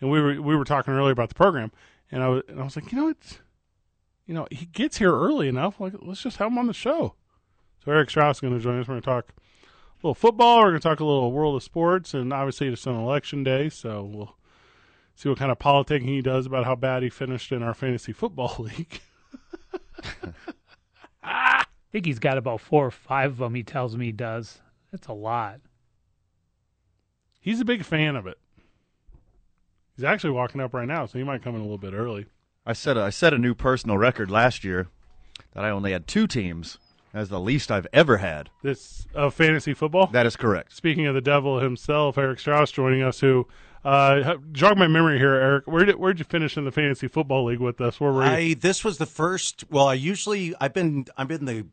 A: and we were we were talking earlier about the program, and I was and I was like, you know, it's you know he gets here early enough. Like, let's just have him on the show. So Eric Strauss is going to join us. We're going to talk a little football. We're going to talk a little world of sports, and obviously it's an election day, so we'll see what kind of politicking he does about how bad he finished in our fantasy football (laughs) league.
C: I think he's got about four or five of them. He tells me he does. That's a lot.
A: He's a big fan of it. He's actually walking up right now, so he might come in a little bit early.
B: I set a, I set a new personal record last year that I only had two teams. That's the least I've ever had.
A: This uh, fantasy football.
B: That is correct.
A: Speaking of the devil himself, Eric Strauss joining us. Who uh, jog my memory here, Eric? Where did where'd you finish in the fantasy football league with us? Where were you?
F: I this was the first. Well, I usually I've been I've been the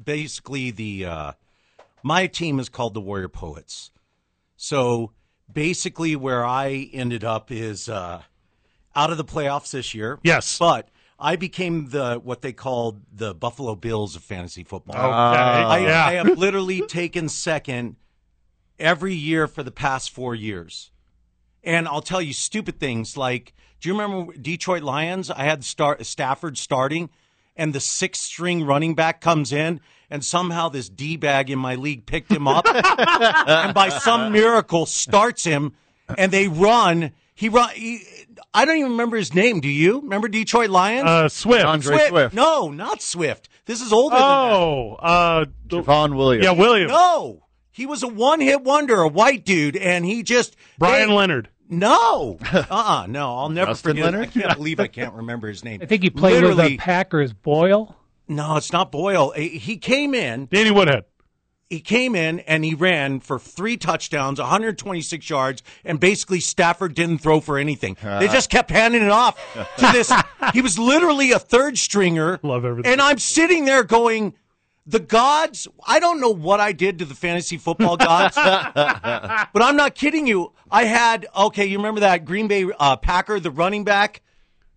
F: basically the uh, my team is called the Warrior Poets. So basically, where I ended up is uh, out of the playoffs this year.
A: Yes.
F: but I became the what they called the Buffalo Bills of fantasy football. uh, I,
A: Okay, Oh, yeah.
F: I have literally (laughs) taken second every year for the past four years. And I'll tell you stupid things like do you remember Detroit Lions? I had Star- Stafford starting, and the sixth string running back comes in, and somehow this D bag in my league picked him up and by some miracle starts him and they run. He run. He, I don't even remember his name. Do you remember Detroit Lions?
A: uh, Swift.
B: Andre Swift.
F: No, not Swift. This is older than that.
A: Oh, uh, the-
B: Javon Williams.
A: yeah, Williams.
F: No. He was a one hit wonder, a white dude, and he just.
A: Brian
F: they-
A: Leonard.
F: No. Uh uh No, I'll never
B: Justin
F: forget.
B: Leonard?
F: I can't believe I can't remember his name.
C: I think he played with uh,
F: Literally,
C: the Packers.
F: (laughs)
C: Boyle.
F: No, it's not Boyle. Eh, He came in.
A: Danny Woodhead.
F: he came in and he ran for three touchdowns, 126 yards, and basically Stafford didn't throw for anything. They just kept handing it off to this. he was literally a third stringer.
A: Love everything.
F: And I'm sitting there going, The gods, I don't know what I did to the fantasy football gods, but I'm not kidding you. I had, okay, you remember that Green Bay uh, Packer, the running back?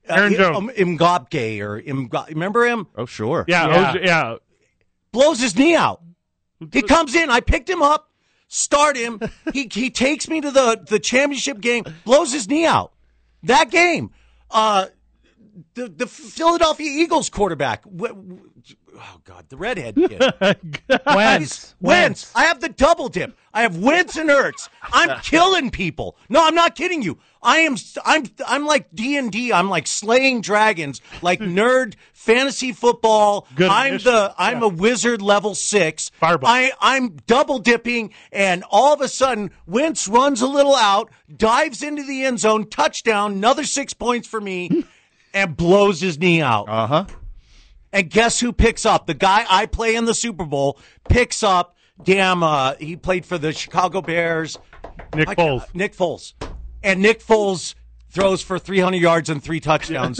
A: Aaron Jones.
F: Um, Mgopke or Mgo- remember him?
B: Oh, sure.
A: Yeah,
C: Yeah.
A: OJ yeah.
F: blows his knee out. He comes in. I picked him up, start him. He he takes me to the the championship game, blows his knee out. That game, uh, the the Philadelphia Eagles quarterback. wh- wh- Oh God, the redhead kid.
C: Wentz.
F: Wentz. I have the double dip. I have Wentz and Ertz.
A: (laughs)
F: I'm killing people. No, I'm not kidding you. I am. I'm. I'm like D and D. I'm like slaying dragons,
A: (laughs)
F: like nerd fantasy football.
A: Good
F: I'm
A: initiative.
F: the. I'm a wizard level six.
A: Fireball.
F: I, I'm double dipping, and all of a sudden, Wentz runs a little out, dives into the end zone, touchdown, another six points
A: (laughs)
F: for me, and blows his knee out.
B: Uh huh.
F: And guess who picks up? The guy I play in the Super Bowl picks up. Damn, uh, he played for the Chicago Bears.
A: Nick
F: I
A: Foles.
F: can't- Nick Foles. And Nick Foles throws for 300 yards and three touchdowns.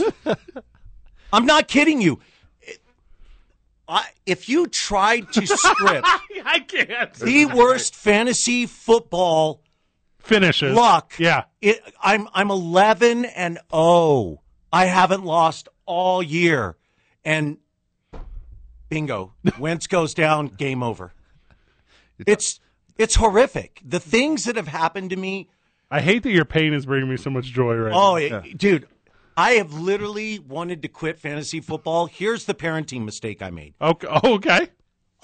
F: I'm not kidding you. It- I, if you tried to script (laughs)
A: I can't.
F: the worst fantasy football
A: Finishes.
F: luck,
A: Yeah.
F: it, I'm I'm 11 and 0. I haven't lost all year, and bingo, Wentz goes down, game over. It's it's horrific. The things that have happened to me.
A: I hate that your pain is bringing me so much joy right
F: Oh,
A: now.
F: it- dude, I have literally wanted to quit fantasy football. Here's the parenting mistake I made.
A: Okay. (laughs) oh, okay.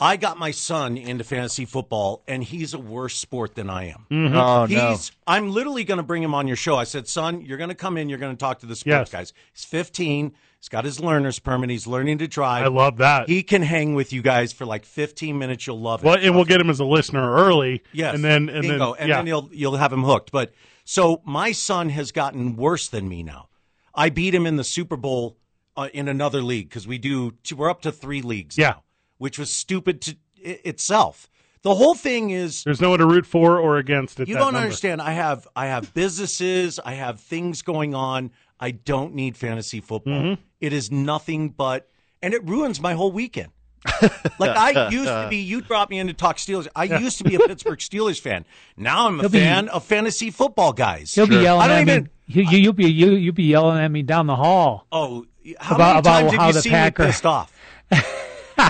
F: I got my son into fantasy football, and he's a worse sport than I am.
B: Oh no.
F: Mm-hmm. He's, I'm literally going to bring him on your show. I said, son, you're going to come in. You're going to talk to the
A: Yes.
F: sports guys. He's 15. He's got his learner's permit. He's learning to drive.
A: I love that.
F: He can hang with you guys for like 15 minutes. You'll love it.
A: well, and we'll get him as a listener early.
F: Yes.
A: And then, and then,
F: Bingo. and
A: yeah.
F: then you'll you'll have him hooked. But so my son has gotten worse than me now. I beat him in the Super Bowl uh, in another league because we do two, we're up to three leagues.
A: Yeah.
F: now, which was stupid to i- itself. The whole thing is
A: There's no one to root for or against at
F: you
A: that
F: don't
A: number.
F: understand. I have I have businesses. I have things going on. I don't need fantasy football.
C: Mm-hmm.
F: It is nothing but, and it ruins my
C: (laughs)
F: whole weekend. like I used to be. You brought me in to talk Steelers. I used
C: (laughs)
F: to be a Pittsburgh Steelers fan. Now I'm a
C: He'll be-
F: fan of fantasy football guys.
C: He'll be
F: I
C: yelling
F: don't
C: at
F: even.
C: me. You, you, you'll be you, you'll be yelling at me down the hall.
F: Oh, how
C: About-
F: many
C: about
F: times
C: how
F: have you
C: the
F: seen
C: Packer-
F: me
C: (laughs)
F: pissed off?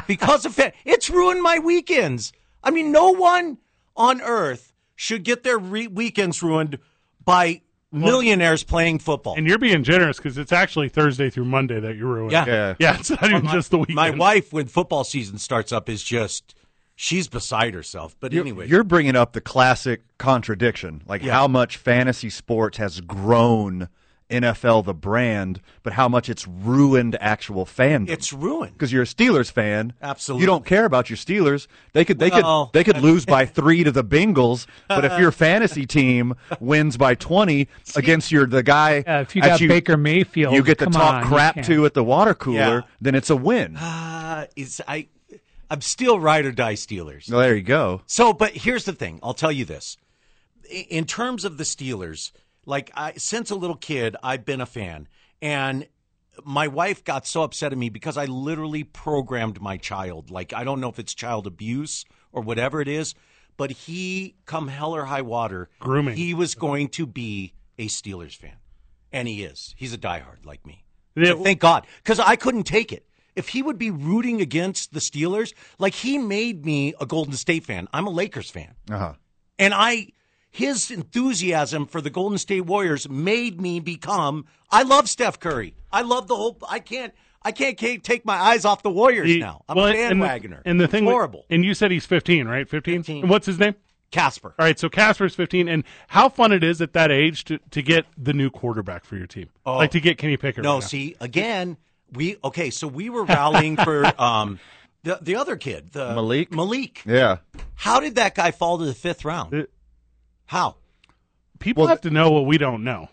F: because of fan, it's ruined my weekends. I mean, no one on earth should get their re- weekends ruined by millionaires playing football.
A: And you're being generous because it's actually Thursday through Monday that you're ruining.
F: Yeah.
B: Yeah.
A: Yeah. It's not even just the weekend.
F: my wife, when football season starts up, is just she's beside herself. But
B: You're-
F: anyway,
B: you're bringing up the classic contradiction, like
F: Yeah.
B: how much fantasy sports has grown NFL the brand, but how much it's ruined actual fandom.
F: it's ruined.
B: because you're a Steelers fan.
F: Absolutely.
B: you don't care about your Steelers. They could they
F: Well-
B: could they could lose
F: (laughs)
B: by three to the Bengals, but if your fantasy team wins by twenty against your the guy,
C: Uh, if you
B: that
C: got Baker Mayfield,
B: you get to
C: come
B: talk
C: on,
B: crap
C: you can't.
B: to at the water cooler,
F: Yeah.
B: then it's a
F: (sighs)
B: win.
F: Uh, it's I, I'm still ride or die Steelers.
B: Well, there you go.
F: So, but here's the thing. I'll tell you this. I- In terms of the Steelers, like I since a little kid, I've been a fan, and my wife got so upset at me because I literally programmed my child. Like I don't know if it's child abuse or whatever it is, but he, come hell or high water,
A: Grooming.
F: he was going to be a Steelers fan, and he is. He's a diehard like me.
A: Yeah,
F: So thank God, because I couldn't take it. If he would be rooting against the Steelers, like he made me a Golden State fan. I'm a Lakers fan,
B: Uh-huh.
F: and I his enthusiasm for the Golden State Warriors made me become. I love Steph Curry. I love the whole. I can't. I can't, can't take my eyes off the Warriors
A: He-
F: now. I'm
A: well,
F: a
A: and-
F: bandwagoner.
A: And the, and the
F: It's
A: thing, with-
F: horrible.
A: And you said he's 15, right? 15?
F: 15.
A: And what's his name?
F: Casper.
A: All right, so Casper's 15, and how fun it is at that age to, to get the new quarterback for your team. Like to get Kenny Pickett.
F: Oh. No,
A: right now.
F: see, again, we okay. So we were rallying
A: (laughs)
F: for um the the other kid, the
B: Malik?
F: Malik.
B: Yeah.
F: How did that guy fall to the fifth round?
A: It-
F: How?
A: people
B: well,
A: have to know what we don't know.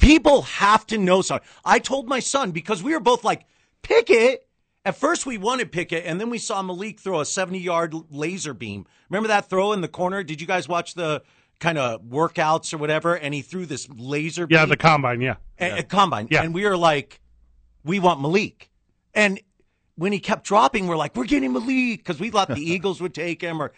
F: People have to know something. I told my son because we were both like, Pickett. At first, we wanted Pickett, and then we saw Malik throw a 70 yard laser beam. Remember that throw in the corner? Did you guys watch the kind of workouts or whatever? And he threw this laser
A: Yeah,
F: beam
A: the combine, yeah.
F: at, at Combine.
A: Yeah.
F: And we were like, we want Malik. And when he kept dropping, we're like, we're getting Malik because
A: (laughs)
F: we thought the Eagles would take him. Or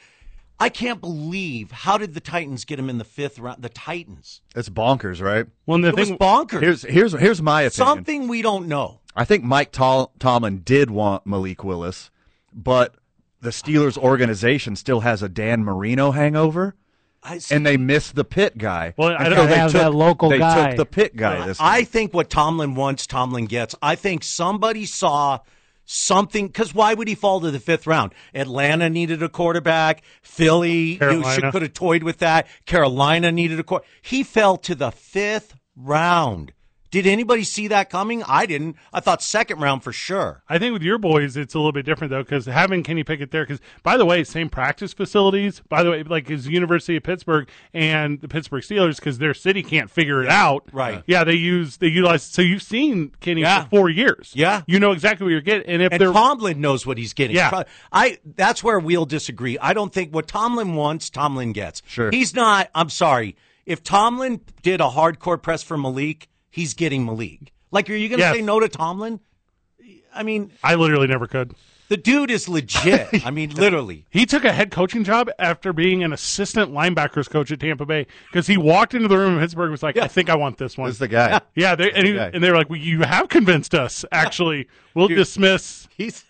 F: I can't believe how did the Titans get him in the fifth round? The Titans.
B: It's bonkers, right?
A: Well, and the
F: It was
A: thing,
F: bonkers.
B: Here's here's here's my opinion.
F: Something we don't know.
B: I think Mike Tol- Tomlin did want Malik Willis, but the Steelers organization still has a Dan Marino hangover,
F: I,
B: and they missed the pit guy.
A: Well, I
B: And
A: don't-
B: so
A: They
C: have that local
B: they
C: guy.
B: took the pit guy. This
F: I
B: time.
F: think what Tomlin wants, Tomlin gets. I think somebody saw something because why would he fall to the fifth round? Atlanta needed a quarterback. Philly you
A: Carolina.
F: should could have toyed with that. Carolina needed a quarter. He fell to the fifth round. Did anybody see that coming? I didn't. I thought second round for sure.
A: I think with your boys, it's a little bit different though, because having Kenny Pickett there, because by the way, same practice facilities. By the way, like his University of Pittsburgh and the Pittsburgh Steelers, because their city can't figure it out.
F: right.
A: Yeah, they use they utilize. So you've seen Kenny
F: Yeah.
A: for four years.
F: Yeah.
A: You know exactly what you're getting, and if
F: And
A: they're
F: Tomlin knows what he's getting.
A: Yeah.
F: I that's where we'll disagree. I don't think what Tomlin wants, Tomlin gets.
B: Sure.
F: He's not I'm sorry. If Tomlin did a hardcore press for Malik, he's getting Malik. Like are you gonna
A: Yes.
F: say no to Tomlin? I mean,
A: I literally never could.
F: the dude
A: (laughs)
F: is legit. I mean, literally.
A: He took a head coaching job after being an assistant linebackers coach at Tampa Bay because he walked into the room in Pittsburgh and was like, "I think I want this one."
B: This is the guy.
A: yeah, they, and, he,
B: Okay.
A: and they were like, well, "You have convinced us. Actually, we'll dismiss
F: (laughs) He's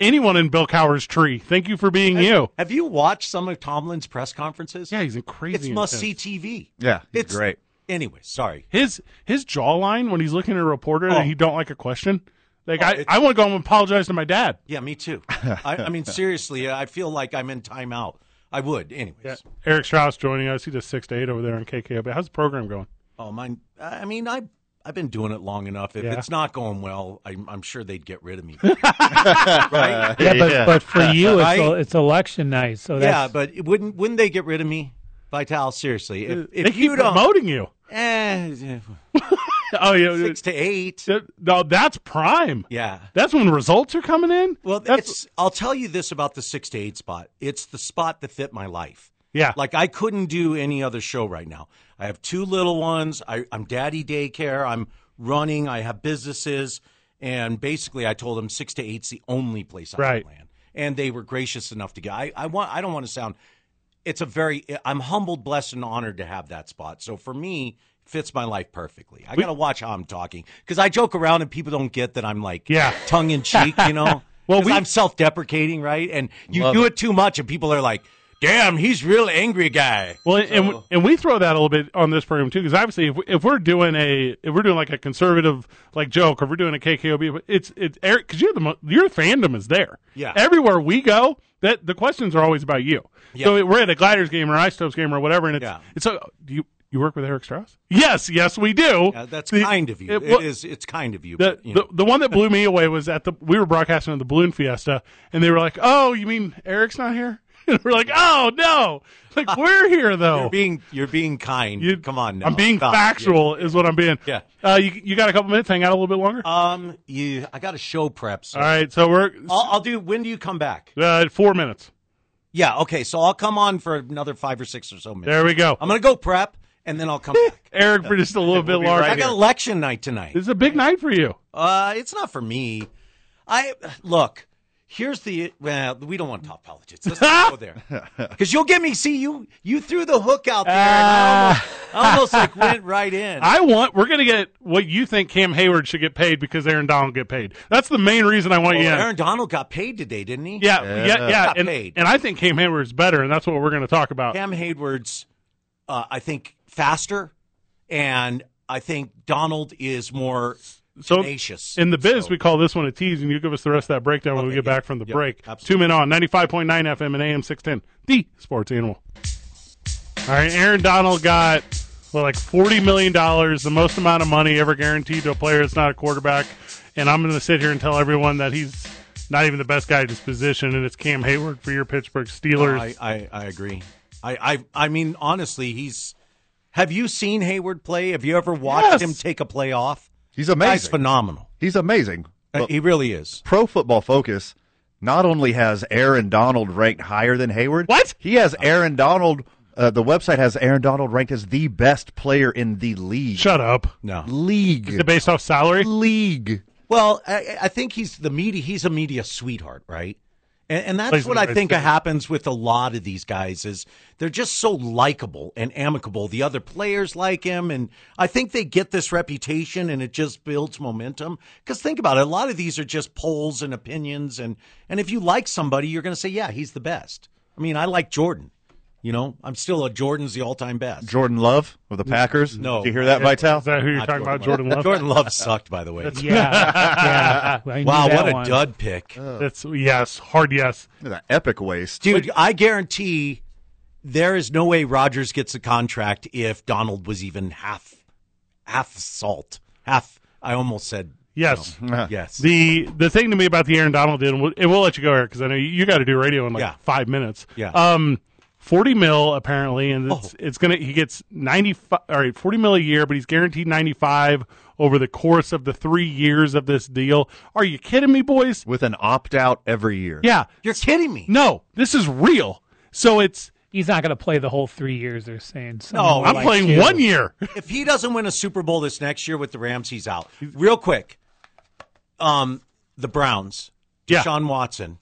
A: anyone in Bill Cowher's tree. Thank you for being you."
F: have you watched some of Tomlin's press conferences?
A: Yeah, he's a crazy.
F: It's must see
A: intense.
F: TV.
B: Yeah, he's
F: It's
B: great.
F: Anyway, sorry.
A: His his jawline when he's looking at a reporter
F: Oh.
A: and he don't like a question. Like
F: Oh,
A: I,
F: it's-
A: I want to go home and apologize to my dad.
F: Yeah,
A: (laughs)
F: me too. I, I mean, seriously, I feel like I'm in timeout. I would, anyways.
A: Eric Strauss joining us. He does six to eight over there on KKO. How's the program going?
F: Oh, mine. I mean, I I've been doing it long enough. If
A: Yeah.
F: it's not going well, I'm, I'm sure they'd get rid
A: (laughs)
F: of me.
C: Yeah, but,
B: Yeah.
C: but for you, it's,
F: Right?
C: el- it's election night, so that's,
F: yeah, but it wouldn't wouldn't they get rid of me, Vital? Seriously, if,
A: Uh, they
F: if
A: keep
F: you don't,
A: promoting
F: (laughs)
A: you.
F: eh, eh,
A: Oh yeah,
F: six to eight.
A: Uh, No, that's prime.
F: Yeah.
A: That's when results are coming in.
F: Well,
A: that's
F: it's, I'll tell you this about the six to eight spot. It's the spot that fit my life.
A: yeah.
F: Like I couldn't do any other show right now. I have two little ones. I, I'm daddy daycare. I'm running. I have businesses, and basically, I told them six to eight's the only place I
A: Right.
F: can land. And they were gracious enough to get. I, I want. I don't want to sound. It's a very. I'm humbled, blessed, and honored to have that spot. So for me, fits my life perfectly. I gotta watch how I'm talking because I joke around and people don't get that I'm like
A: Yeah.
F: tongue in cheek.
A: (laughs)
F: You know.
A: Well,
F: 'Cause
A: we-
F: I'm self-deprecating, right? And you
B: Love
F: do
B: it.
F: it too much, and people are like, "Damn, he's real angry guy."
A: Well, and, and and we throw that a little bit on this program too, because obviously, if, we, if we're doing a if we're doing like a conservative like joke, or if we're doing a KKOB, it's it's Eric because you're the mo- your fandom is there.
F: Yeah.
A: everywhere we go, that the questions are always about you. So we're at a Gliders game or Ice Topes game or whatever, and it's
F: Yeah.
A: it's so do you you work with Eric Strauss? Yes, yes, we do.
F: Yeah, that's
A: The-
F: kind of you.
A: it-
F: it is. It's kind of you.
A: The,
F: but, you know.
A: the the one that blew me away was at the we were broadcasting at the balloon fiesta and they were like, "Oh, you mean Eric's not here?" (laughs) And we're like, "Oh no!" Like we're here though.
F: you're being you're being kind.
A: You-
F: Come on, now.
A: I'm being
F: Stop.
A: factual, is what I'm being.
F: Yeah.
A: Uh, you you got a couple minutes? Hang out a little bit longer.
F: Yeah. Um, you. I got a show prep. So
A: All right. So we're
F: I'll, I'll do. When do you come back?
A: uh, four minutes.
F: Yeah. Okay. So I'll come on for another five or six or so minutes.
A: There we go.
F: I'm gonna go prep, and then
A: (laughs)
F: I'll come back.
A: Eric for just a
F: (laughs)
A: little bit
B: be
A: longer.
B: right
F: I got election night tonight.
A: This is a big night for you.
F: Uh, it's not for me. I look. Here's the well. We don't want to talk politics. Let's not go there
A: (laughs)
F: because you'll get me. See you. You threw the hook out there.
A: Ah.
F: and I almost, I almost like went right in.
A: I want. We're gonna get what you think Cam Hayward should get paid because Aaron Donald get paid. That's the main reason I want
F: Well,
A: you. in.
F: Oh, Aaron Donald got paid today, didn't he?
A: Yeah, yeah, yeah.
F: Got
A: And,
F: paid.
A: and I think Cam Hayward's better, and that's what we're going to talk about.
F: Cam Hayward's, uh, I think, faster, and I think Donald is more
A: so
F: tenacious.
A: in the biz,
F: So-
A: we call this one a tease, and you give us the rest of that breakdown when we get back from the break. Two
F: absolutely.
A: men on 95.9 FM and AM 610, the sports animal. All right, Aaron Donald got well, like $40 million, the most amount of money ever guaranteed to a player that's not a quarterback. And I'm going to sit here and tell everyone that he's not even the best guy at his position, and it's Cam Hayward for your Pittsburgh Steelers.
F: I, I, I agree. I, I I mean honestly, he's. Have you seen Hayward play? Have you ever watched
A: Yes.
F: him take a play off?
B: He's
F: That's
B: amazing.
F: phenomenal.
B: He's amazing.
F: Uh,
B: But
F: he really is.
B: Pro Football Focus not only has Aaron Donald ranked higher than Hayward,
A: What?
B: He has Aaron Donald. Uh, the website has Aaron Donald ranked as the best player in the league.
A: Shut up.
F: No.
B: League.
A: Is it based off salary?
B: league.
F: Well, I, I think he's the media. He's a media sweetheart, right? And, and that's
A: Plays in
F: what
A: the
F: I
A: right
F: think
A: city.
F: happens with a lot of these guys is they're just so likable and amicable. The other players like him, and I think they get this reputation, and it just builds momentum. Because think about it, a lot of these are just polls and opinions, and and if you like somebody, you're going to say, yeah, he's the best. I mean, I like Jordan. You know, I'm still a Jordan's the all time best.
B: Jordan Love of the Packers.
F: No.
B: Did you hear that, Vital?
A: Is that who you're
F: Not
A: talking about, Jordan
F: (laughs)
A: Love?
F: Jordan Love sucked, by the way.
C: (laughs) Yeah. yeah. I knew
F: Wow,
C: that
F: what a
C: one.
F: dud pick.
A: That's yes, hard yes.
B: Look at that epic waste.
F: Dude, I guarantee there is no way Rodgers gets a contract if Donald was even half half salt. Half I almost said
A: Yes.
F: yes.
A: (laughs) The the thing to me about the Aaron Donald deal, and we'll, and we'll let you go here because I know you, got to do radio in like
F: Yeah.
A: five minutes.
F: Yeah.
A: Um, forty mil apparently, and it's,
F: Oh.
A: it's gonna he gets ninety five. All right, forty mil a year, but he's guaranteed ninety five over the course of the three years of this deal. Are you kidding me, boys?
B: With an opt out every year.
A: Yeah.
F: You're kidding me.
A: No, this is real. So it's
C: He's not going to play the whole three years. They're saying. Some
F: No,
C: will
A: I'm
C: like
A: playing
C: two.
A: one year. (laughs)
F: If he doesn't win a Super Bowl this next year with the Rams, he's out. Real quick. Um the Browns.
A: Yeah.
F: Sean Watson.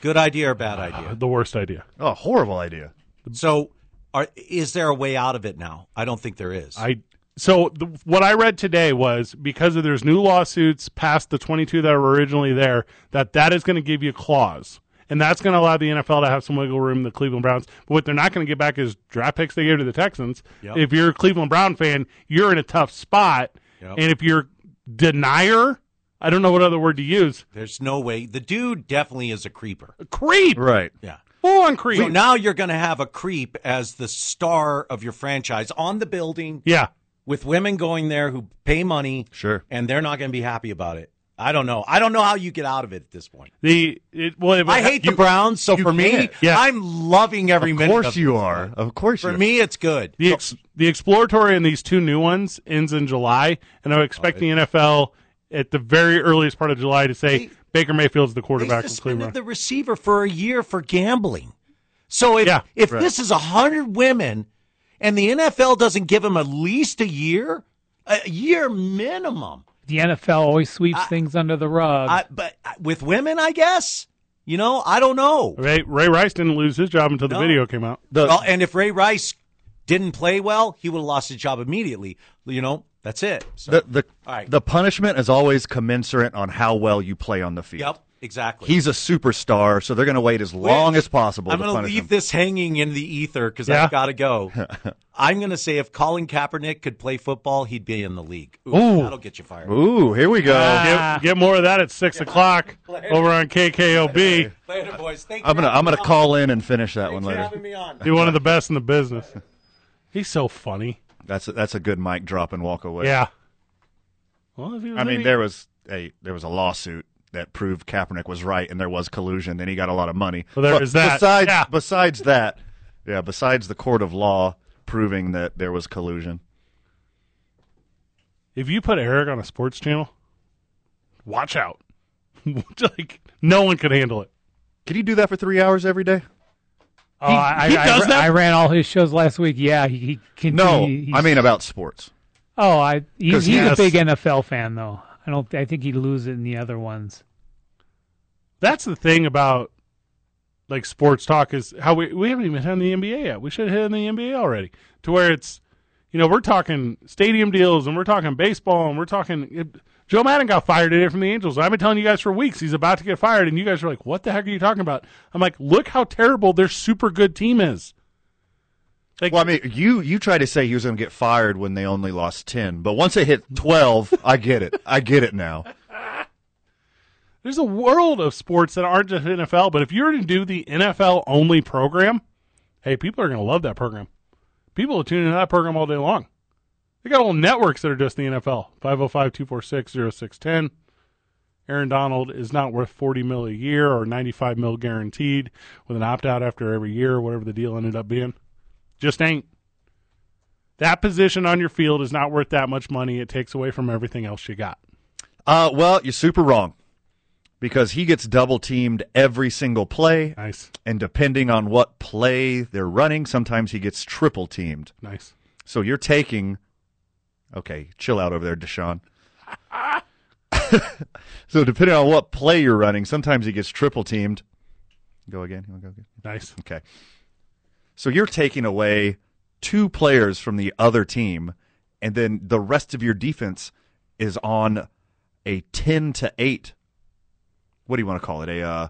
F: Good idea or bad idea?
A: the worst idea.
B: Oh, horrible idea.
F: So are is there a way out of it now? I don't think there is.
A: I so the, what I read today was because of there's new lawsuits past the 22 that were originally there that that is going to give you a clause and that's going to allow the NFL to have some wiggle room the Cleveland Browns but what they're not going to get back is draft picks they gave to the Texans
F: Yep.
A: if you're a Cleveland Brown fan you're in a tough spot
F: Yep.
A: and if you're denier I don't know what other word to use
F: There's no way. The dude definitely is a creeper.
A: Uh, creep
B: Right.
F: Yeah.
A: full on creep
F: So now you're going to have a creep as the star of your franchise on the building
A: yeah
F: with women going there who pay money.
B: Sure.
F: And they're not going to be happy about it. I don't know. I don't know how you get out of it at this point.
A: the it, well if-
F: I hate
A: you-
F: the Browns, so
B: you
F: for me,
B: can't.
A: Yeah.
F: I'm loving every
B: Of
F: minute.
B: course
F: of it.
B: you are. Of course you
F: For
B: are.
F: me, it's good.
A: The ex- the exploratory and these two new ones ends in July, and I would expect the NFL at the very earliest part of July to say
F: They-
A: Baker Mayfield's the
F: They
A: quarterback of
F: suspended
A: Cleveland.
F: the receiver for a year for gambling. So if
A: Yeah,
F: if
B: right.
F: this is a hundred women, and the NFL doesn't give him at least a year, a year minimum.
C: The NFL always sweeps
F: I-
C: things under the rug.
F: I, but uh, with women, I guess. You know, I don't know.
A: Ray, Ray Rice didn't lose his job until the
F: No.
A: video came out.
B: The-
F: Well, and if Ray Rice didn't play well, he would have lost his job immediately. You know, that's it. So,
B: the the,
F: All right.
B: the punishment is always commensurate on how well you play on the field.
F: yep, exactly.
B: He's a superstar, so they're going to wait as long as possible
F: I'm
B: to
F: gonna
B: punish
F: leave
B: him.
F: this hanging in the ether because
A: Yeah.
F: I've got
B: (laughs)
F: to go. I'm going to say if Colin Kaepernick could play football, he'd be in the league. Ooh,
A: Ooh.
F: that'll get you fired.
B: Ooh, here we go.
A: Get, get more of that at six (laughs) o'clock over on KKOB.
F: Later, boys. Thank you.
B: I'm gonna I'm gonna call in and finish that (laughs) one
F: Thanks for
B: later.
F: having me on.
A: He's one of the best in the business. He's so funny.
B: That's a, that's a good mic drop and walk away.
A: Yeah. Well, if he was
B: I mean
A: any-
B: there was a there was a lawsuit that proved Kaepernick was right and there was collusion and he got a lot of money.
A: Well, there
B: But
A: is that.
B: Besides
A: Yeah.
B: besides that, yeah, besides the court of law proving that there was collusion.
A: if you put Eric on a sports channel, watch out. (laughs) like no one could handle it.
B: Can you do that for three hours every day?
C: oh, I,
A: he
C: I,
A: does
C: I,
A: that?
C: I ran all his shows last week. Yeah, he, he can.
B: No,
C: he- he's-
B: I mean about sports.
C: oh, I he's,
B: 'cause
C: he's
A: yes.
C: a big NFL fan though. I don't. I think he'd lose it in the other ones.
A: that's the thing about like sports talk is how we we haven't even hit on the NBA yet. We should hit on the NBA already to where it's you know we're talking stadium deals and we're talking baseball and we're talking it, Joe Madden got fired today from the Angels. I've been telling you guys for weeks he's about to get fired, and you guys are like, "What the heck are you talking about?" I'm like, "Look how terrible their super good team is." Like,
B: Well, I mean, you you tried to say he was going to get fired when they only lost ten, but once they hit twelve, I get it. I get it now.
A: There's a world of sports that aren't just NFL, but if you were to do the NFL only program, hey, people are going to love that program. People will tune into that program all day long. They got whole networks that are just the NFL 505 246 0610. Aaron Donald is not worth 40 mil a year or 95 mil guaranteed with an opt out after every year, whatever the deal ended up being. Just ain't. That position on your field is not worth that much money. It takes away from everything else you got.
B: Uh, well, you're super wrong because he gets double teamed every single play,
A: Nice.
B: and depending on what play they're running, sometimes he gets triple teamed.
A: Nice.
B: So you're taking. Okay, chill out over there, Deshaun. (laughs) So depending on what play you're running, sometimes he gets triple teamed. Go again. You want to go again?
A: Nice.
B: Okay. So you're taking away two players from the other team, and then the rest of your defense is on a ten to eight. What do you want to call it? A uh,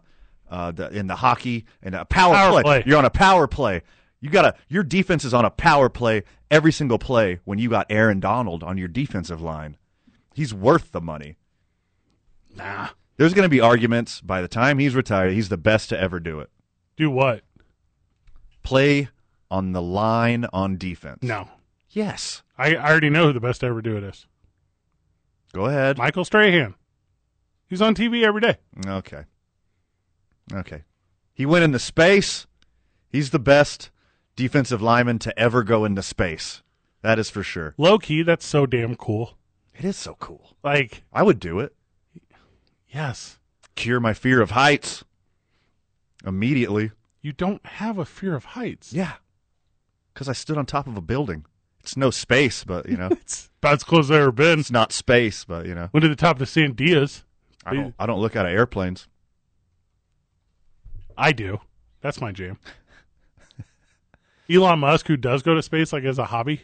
B: uh, the, in the hockey and a power,
A: Power play.
B: You're on a power play. You gotta. Your defense is on a power play every single play. When you got Aaron Donald on your defensive line, he's worth the money.
A: Nah.
B: There's going to be arguments by the time he's retired. He's the best to ever do it.
A: Do what?
B: play on the line on defense.
A: No.
B: Yes.
A: I, I already know who the best to ever do it is.
B: Go ahead.
A: Michael Strahan. He's on TV every day.
B: okay. Okay. He went into space. He's the best defensive lineman to ever go into space. That is for sure.
A: Low key, that's so damn cool.
B: It is so cool.
A: Like,
B: I would do it.
A: yes,
B: Cure my fear of heights immediately.
A: you don't have a fear of heights.
B: Yeah. Because I stood on top of a building. It's no space, but,
D: (laughs)
B: you know,
A: It's about as close as I've ever been.
B: it's not space, but, you know,
A: Went to the top of the Sandias.
B: I don't, I don't look out of airplanes.
A: I do. That's my
B: (laughs)
A: jam. Elon Musk, who does go to space like as a hobby,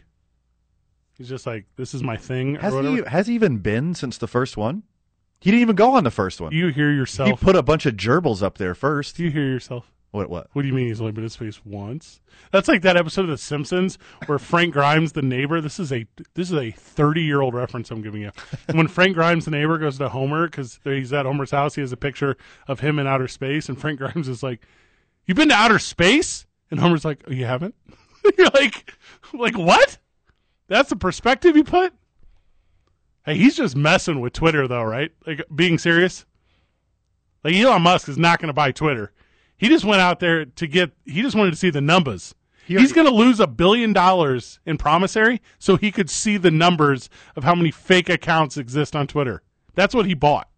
A: he's just like, this is my thing. Or
B: Has
A: whatever.
B: he has he even been since the first one? He didn't even go on the first one.
A: you hear
B: he
A: yourself.
B: put a bunch of gerbils up there first.
A: do you hear yourself?
B: What what?
A: What do you mean he's only been in space once? That's like that episode of The Simpsons where Frank Grimes, the neighbor. This is a this is a thirty year old reference I'm giving you. when Frank Grimes, the neighbor, goes to Homer because he's at Homer's house, he has a picture of him in outer space, and Frank Grimes is like, "You've been to outer space?" And Homer's like, oh, "You haven't." (laughs) You're like, like what? That's the perspective you put. Hey, he's just messing with Twitter though, right? Like being serious. Like Elon Musk is not going to buy Twitter. He just went out there to get. He just wanted to see the numbers. He's going to lose a billion dollars in promissory so he could see the numbers of how many fake accounts exist on Twitter. That's what he bought. (laughs)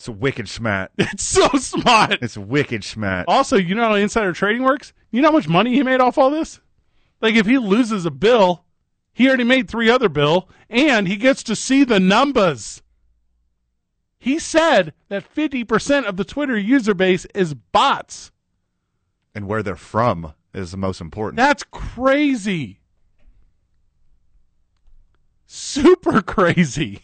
B: It's a wicked schmat.
A: It's so smart.
B: It's a wicked schmat.
A: Also, you know how insider trading works? You know how much money he made off all this? Like if he loses a bill, he already made three other bill and he gets to see the numbers. He said that 50% of the Twitter user base is bots.
B: And where they're from is the most important.
A: That's crazy. Super (laughs) crazy.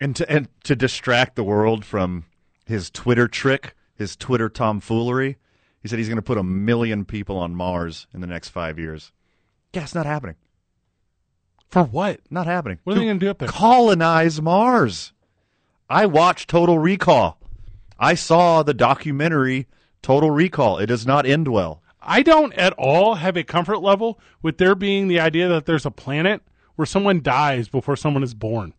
B: and to and to distract the world from his Twitter trick, his Twitter tomfoolery, he said he's going to put a million people on Mars in the next five years. Yeah, it's not happening.
A: For what?
B: Not happening.
A: What are they gonna do up there?
B: Colonize Mars. I watched Total Recall. I saw the documentary Total Recall. It does not end well.
A: I don't at all have a comfort level with there being the idea that there's a planet where someone dies before someone is born.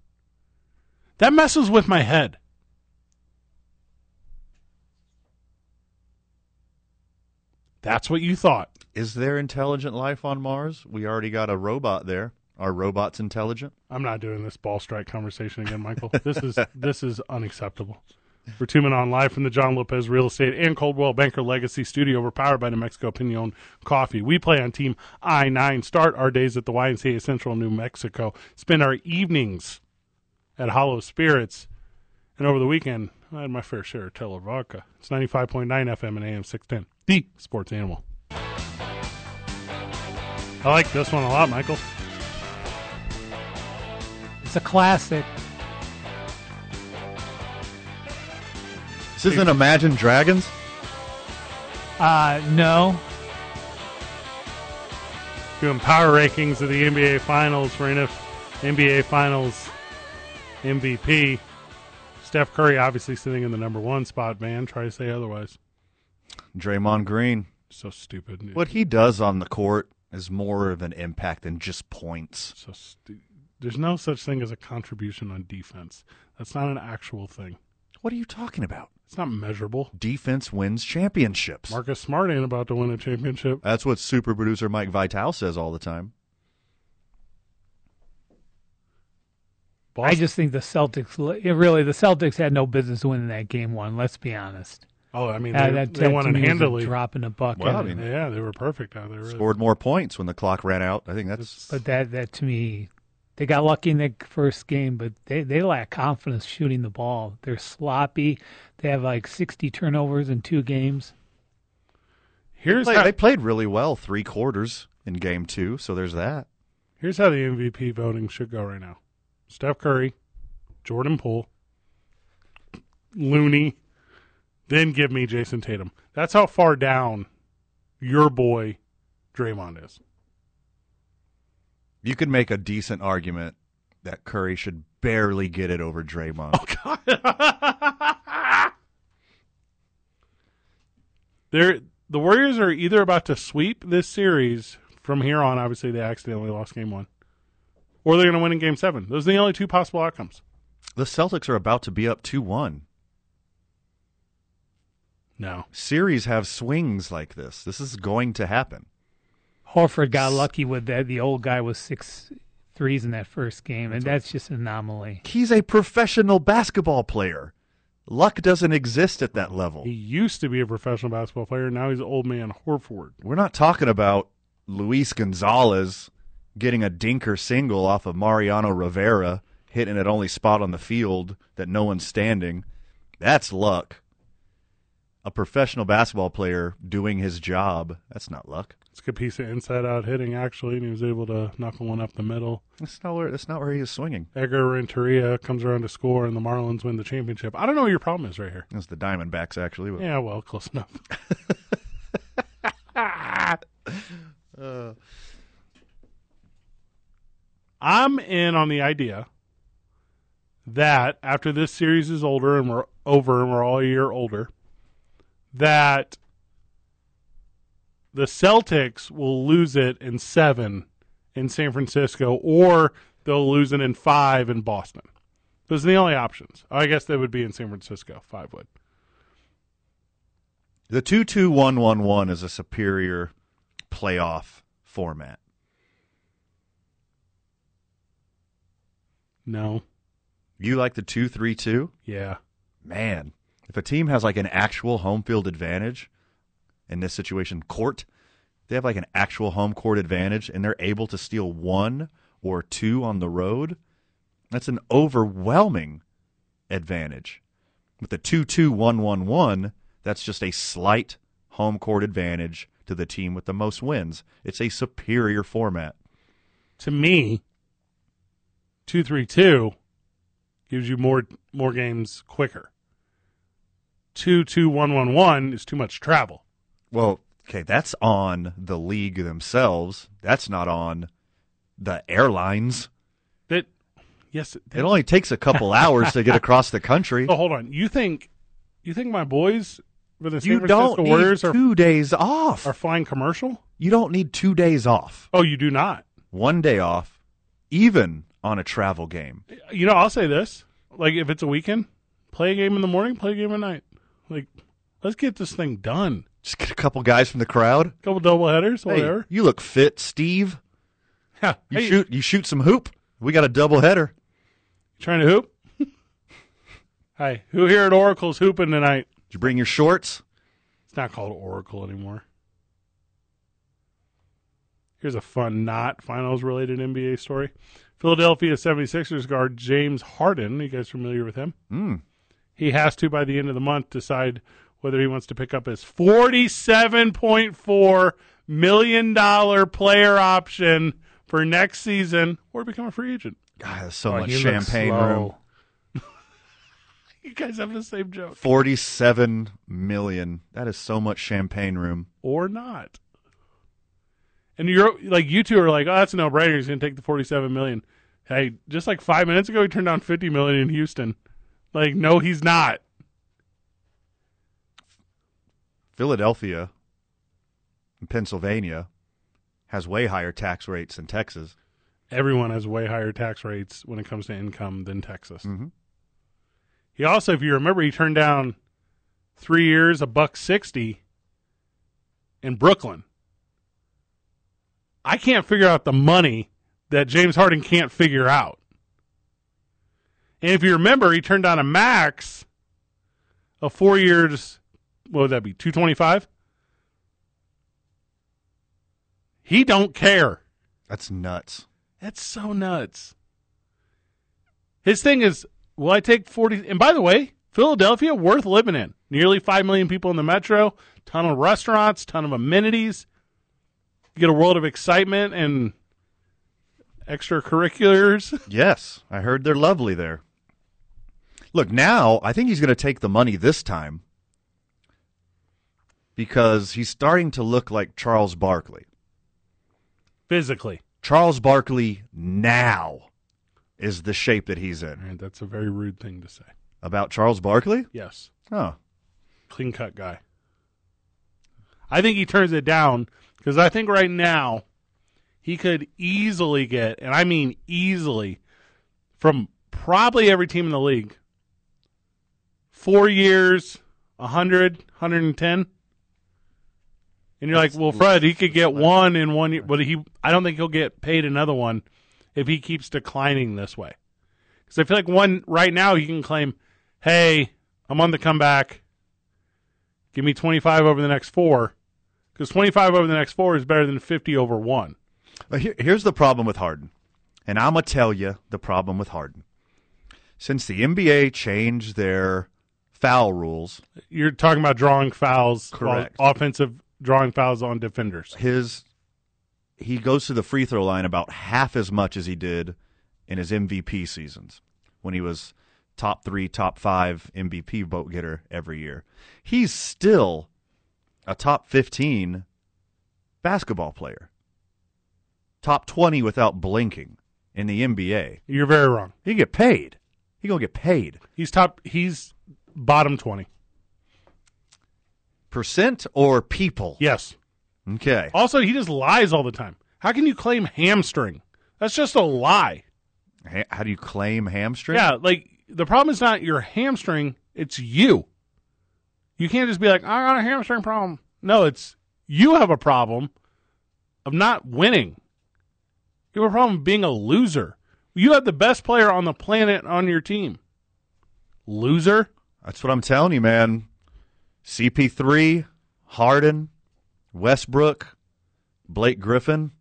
A: That messes with my head. That's what you thought.
B: Is there intelligent life on Mars? We already got a robot there. Are robots intelligent?
A: I'm not doing this ball strike conversation again, Michael. This is (laughs) this is unacceptable. We're tuning on live from the John Lopez Real Estate and Coldwell Banker Legacy Studio. We're powered by New Mexico Pinon Coffee. We play on Team I 9. Start our days at the YMCA Central New Mexico. Spend our evenings at Hollow Spirits. And over the weekend, I had my fair share of Teller Vodka. It's 95.9 FM and AM 610. The sports animal. I like this one a lot, Michael.
C: It's a classic.
B: This isn't Imagine Dragons.
C: Uh, no,
A: doing power rankings of the NBA Finals for NF NBA Finals MVP. Steph Curry obviously sitting in the number one spot, man. Try to say otherwise.
B: Draymond Green.
A: So stupid. dude.
B: What he does on the court is more of an impact than just points.
A: So stu- There's no such thing as a contribution on defense. That's not an actual thing.
B: What are you talking about?
A: It's not measurable.
B: Defense wins championships.
A: Marcus Smart ain't about to win a championship.
B: That's what super producer Mike Vital says all the time.
C: I just think the Celtics. li- Really, the Celtics had no business winning that game one. Let's be honest.
A: Oh, I mean,
C: Uh,
A: they,
C: that,
A: they
C: that
A: won
C: to
A: it
C: me was a
A: handily.
C: drop in the bucket.
B: Well, I mean-
A: Yeah, they were perfect out there.
B: Scored more points when the clock ran out. I think that's
C: but that that to me They got lucky in the first game, but they, they lack confidence shooting the ball. They're sloppy. They have like 60 turnovers in two games.
A: Here's
B: Play-
A: how,
B: they played really well three quarters in game two, so there's that.
A: here's how the MVP voting should go right now: Steph Curry, Jordan Poole, Looney, then give me Jason Tatum. That's how far down your boy Draymond is.
B: You could make a decent argument that Curry should barely get it over Draymond.
A: Oh. They're, the Warriors are either about to sweep this series from here on. Obviously, they accidentally lost game one, or they're going to win in game seven. Those are the only two possible outcomes.
B: The Celtics are about to be up 2 1.
A: No,
B: Series have swings like this. This is going to happen.
C: Horford got lucky with that. The old guy was six threes in that first game, and that's just an anomaly.
B: He's a professional basketball player. Luck doesn't exist at that level.
A: he used to be a professional basketball player. Now he's old man Horford.
B: We're not talking about Luis Gonzalez getting a dinker single off of Mariano Rivera, hitting at only spot on the field that no one's standing. That's luck. A professional basketball player doing his job, that's not luck.
A: It's a good piece of inside out hitting actually, and he was able to knock one up the middle.
B: That's not where that's not where he is swinging.
A: Edgar Renteria comes around to score, and the Marlins win the championship. I don't know what your problem is right here.
B: That's the Diamondbacks actually. but-
A: Yeah, well, close enough.
B: Uh,
A: I'm in on the idea that after this series is older and we're over and we're all a year older, that the Celtics will lose it in seven in San Francisco, or they'll lose it in five in Boston. Those are the only options. I guess they would be in San Francisco. Five would.
B: The two two one one one is a superior playoff format.
A: No.
B: You like the two three two?
A: Yeah.
B: Man, if a team has like an actual home field advantage, in this situation, court, they have like an actual home court advantage and they're able to steal one or two on the road, that's an overwhelming advantage. With the 2 2 1 1 1, that's just a slight home court advantage to the team with the most wins. It's a superior format.
A: To me, two three two gives you more more games quicker. Two two one one one is too much travel.
B: Well, okay, that's on the league themselves. That's not on the airlines.
A: That yes. It,
B: It only takes
A: (laughs)
B: a couple hours to get across the country.
A: oh, hold on. You think you think my boys for the San
B: you
A: Francisco
B: don't need
A: Warriors are,
B: two days off.
A: are flying commercial?
B: you don't need two days off.
A: Oh, you do not.
B: One day off, even on a travel game.
A: You know, I'll say this: like if it's a weekend, play a game in the morning, play a game at night. Like, let's get this thing done.
B: Just get a couple guys from the crowd.
A: Couple double headers,
B: Hey,
A: whatever.
B: you look fit, Steve.
A: Yeah. (laughs)
B: You
A: Hey,
B: shoot. You shoot some hoop. We got a double header.
A: Trying to hoop? (laughs) Hi, who here at Oracle's hooping tonight?
B: Did you bring your shorts?
A: It's not called Oracle anymore. Here's a fun, not finals related NBA story. Philadelphia 76ers guard James Harden, you guys familiar with him?
B: Mm.
A: He has to, by the end of the month, decide whether he wants to pick up his $47.4 million player option for next season or become a free agent.
B: God, there's so
C: Oh,
B: much
C: you look
B: champagne
C: slow.
B: room.
A: You guys have the same joke.
B: Forty-seven million. That is so much champagne room.
A: or not. And you're like you two are like, oh, that's a no brainer. He's gonna take the forty seven million. Hey, just like five minutes ago, he turned down fifty million in Houston. Like, no, he's not.
B: Philadelphia, and Pennsylvania, has way higher tax rates than Texas.
A: Everyone has way higher tax rates when it comes to income than Texas.
B: Mhm.
A: He also, if you remember, he turned down three years, a buck sixty in Brooklyn. I can't figure out the money that James Harden can't figure out. And if you remember, he turned down a max of four years. What would that be? Two twenty five. He don't care.
B: That's nuts.
A: That's so nuts. His thing is, will I take 40? And by the way, Philadelphia, worth living in. Nearly 5 million people in the metro, ton of restaurants, ton of amenities. You get a world of excitement and extracurriculars. (laughs)
B: Yes, I heard they're lovely there. Look, now I think he's going to take the money this time because he's starting to look like Charles Barkley.
A: Physically.
B: Charles Barkley now is the shape that he's in.
A: All right, that's a very rude thing to say.
B: About Charles Barkley?
A: Yes.
B: Oh,
A: clean cut guy. I think he turns it down because I think right now he could easily get, and I mean easily, from probably every team in the league. Four years, 100, 110. And you're like, well, Fred, he could get one in one year, but he, I don't think he'll get paid another one if he keeps declining this way. Because I feel like one right now he can claim, hey, I'm on the comeback. Give me 25 over the next four. Because 25 over the next four is better than 50 over one.
B: But here, here's the problem with Harden. And I'm going to tell you the problem with Harden. Since the NBA changed their foul rules,
A: You're talking about drawing fouls,
B: Correct.
A: well, offensive drawing fouls on defenders.
B: his he goes to the free throw line about half as much as he did in his MVP seasons when he was top 3, top 5 MVP vote getter every year. He's still a top 15 basketball player. Top 20 without blinking in the NBA.
A: You're very wrong.
B: He get paid. He going to get paid.
A: He's top. He's bottom 20.
B: Percent or people?
A: Yes.
B: Okay.
A: Also, he just lies all the time. How can you claim hamstring? That's just a lie.
B: Ha- how do you claim hamstring?
A: Yeah, like the problem is not your hamstring, it's you. You can't just be like, I got a hamstring problem. No, it's you have a problem of not winning. You have a problem of being a loser. You have the best player on the planet on your team. Loser?
B: That's what I'm telling you, man. CP3, Harden, Westbrook, Blake Griffin.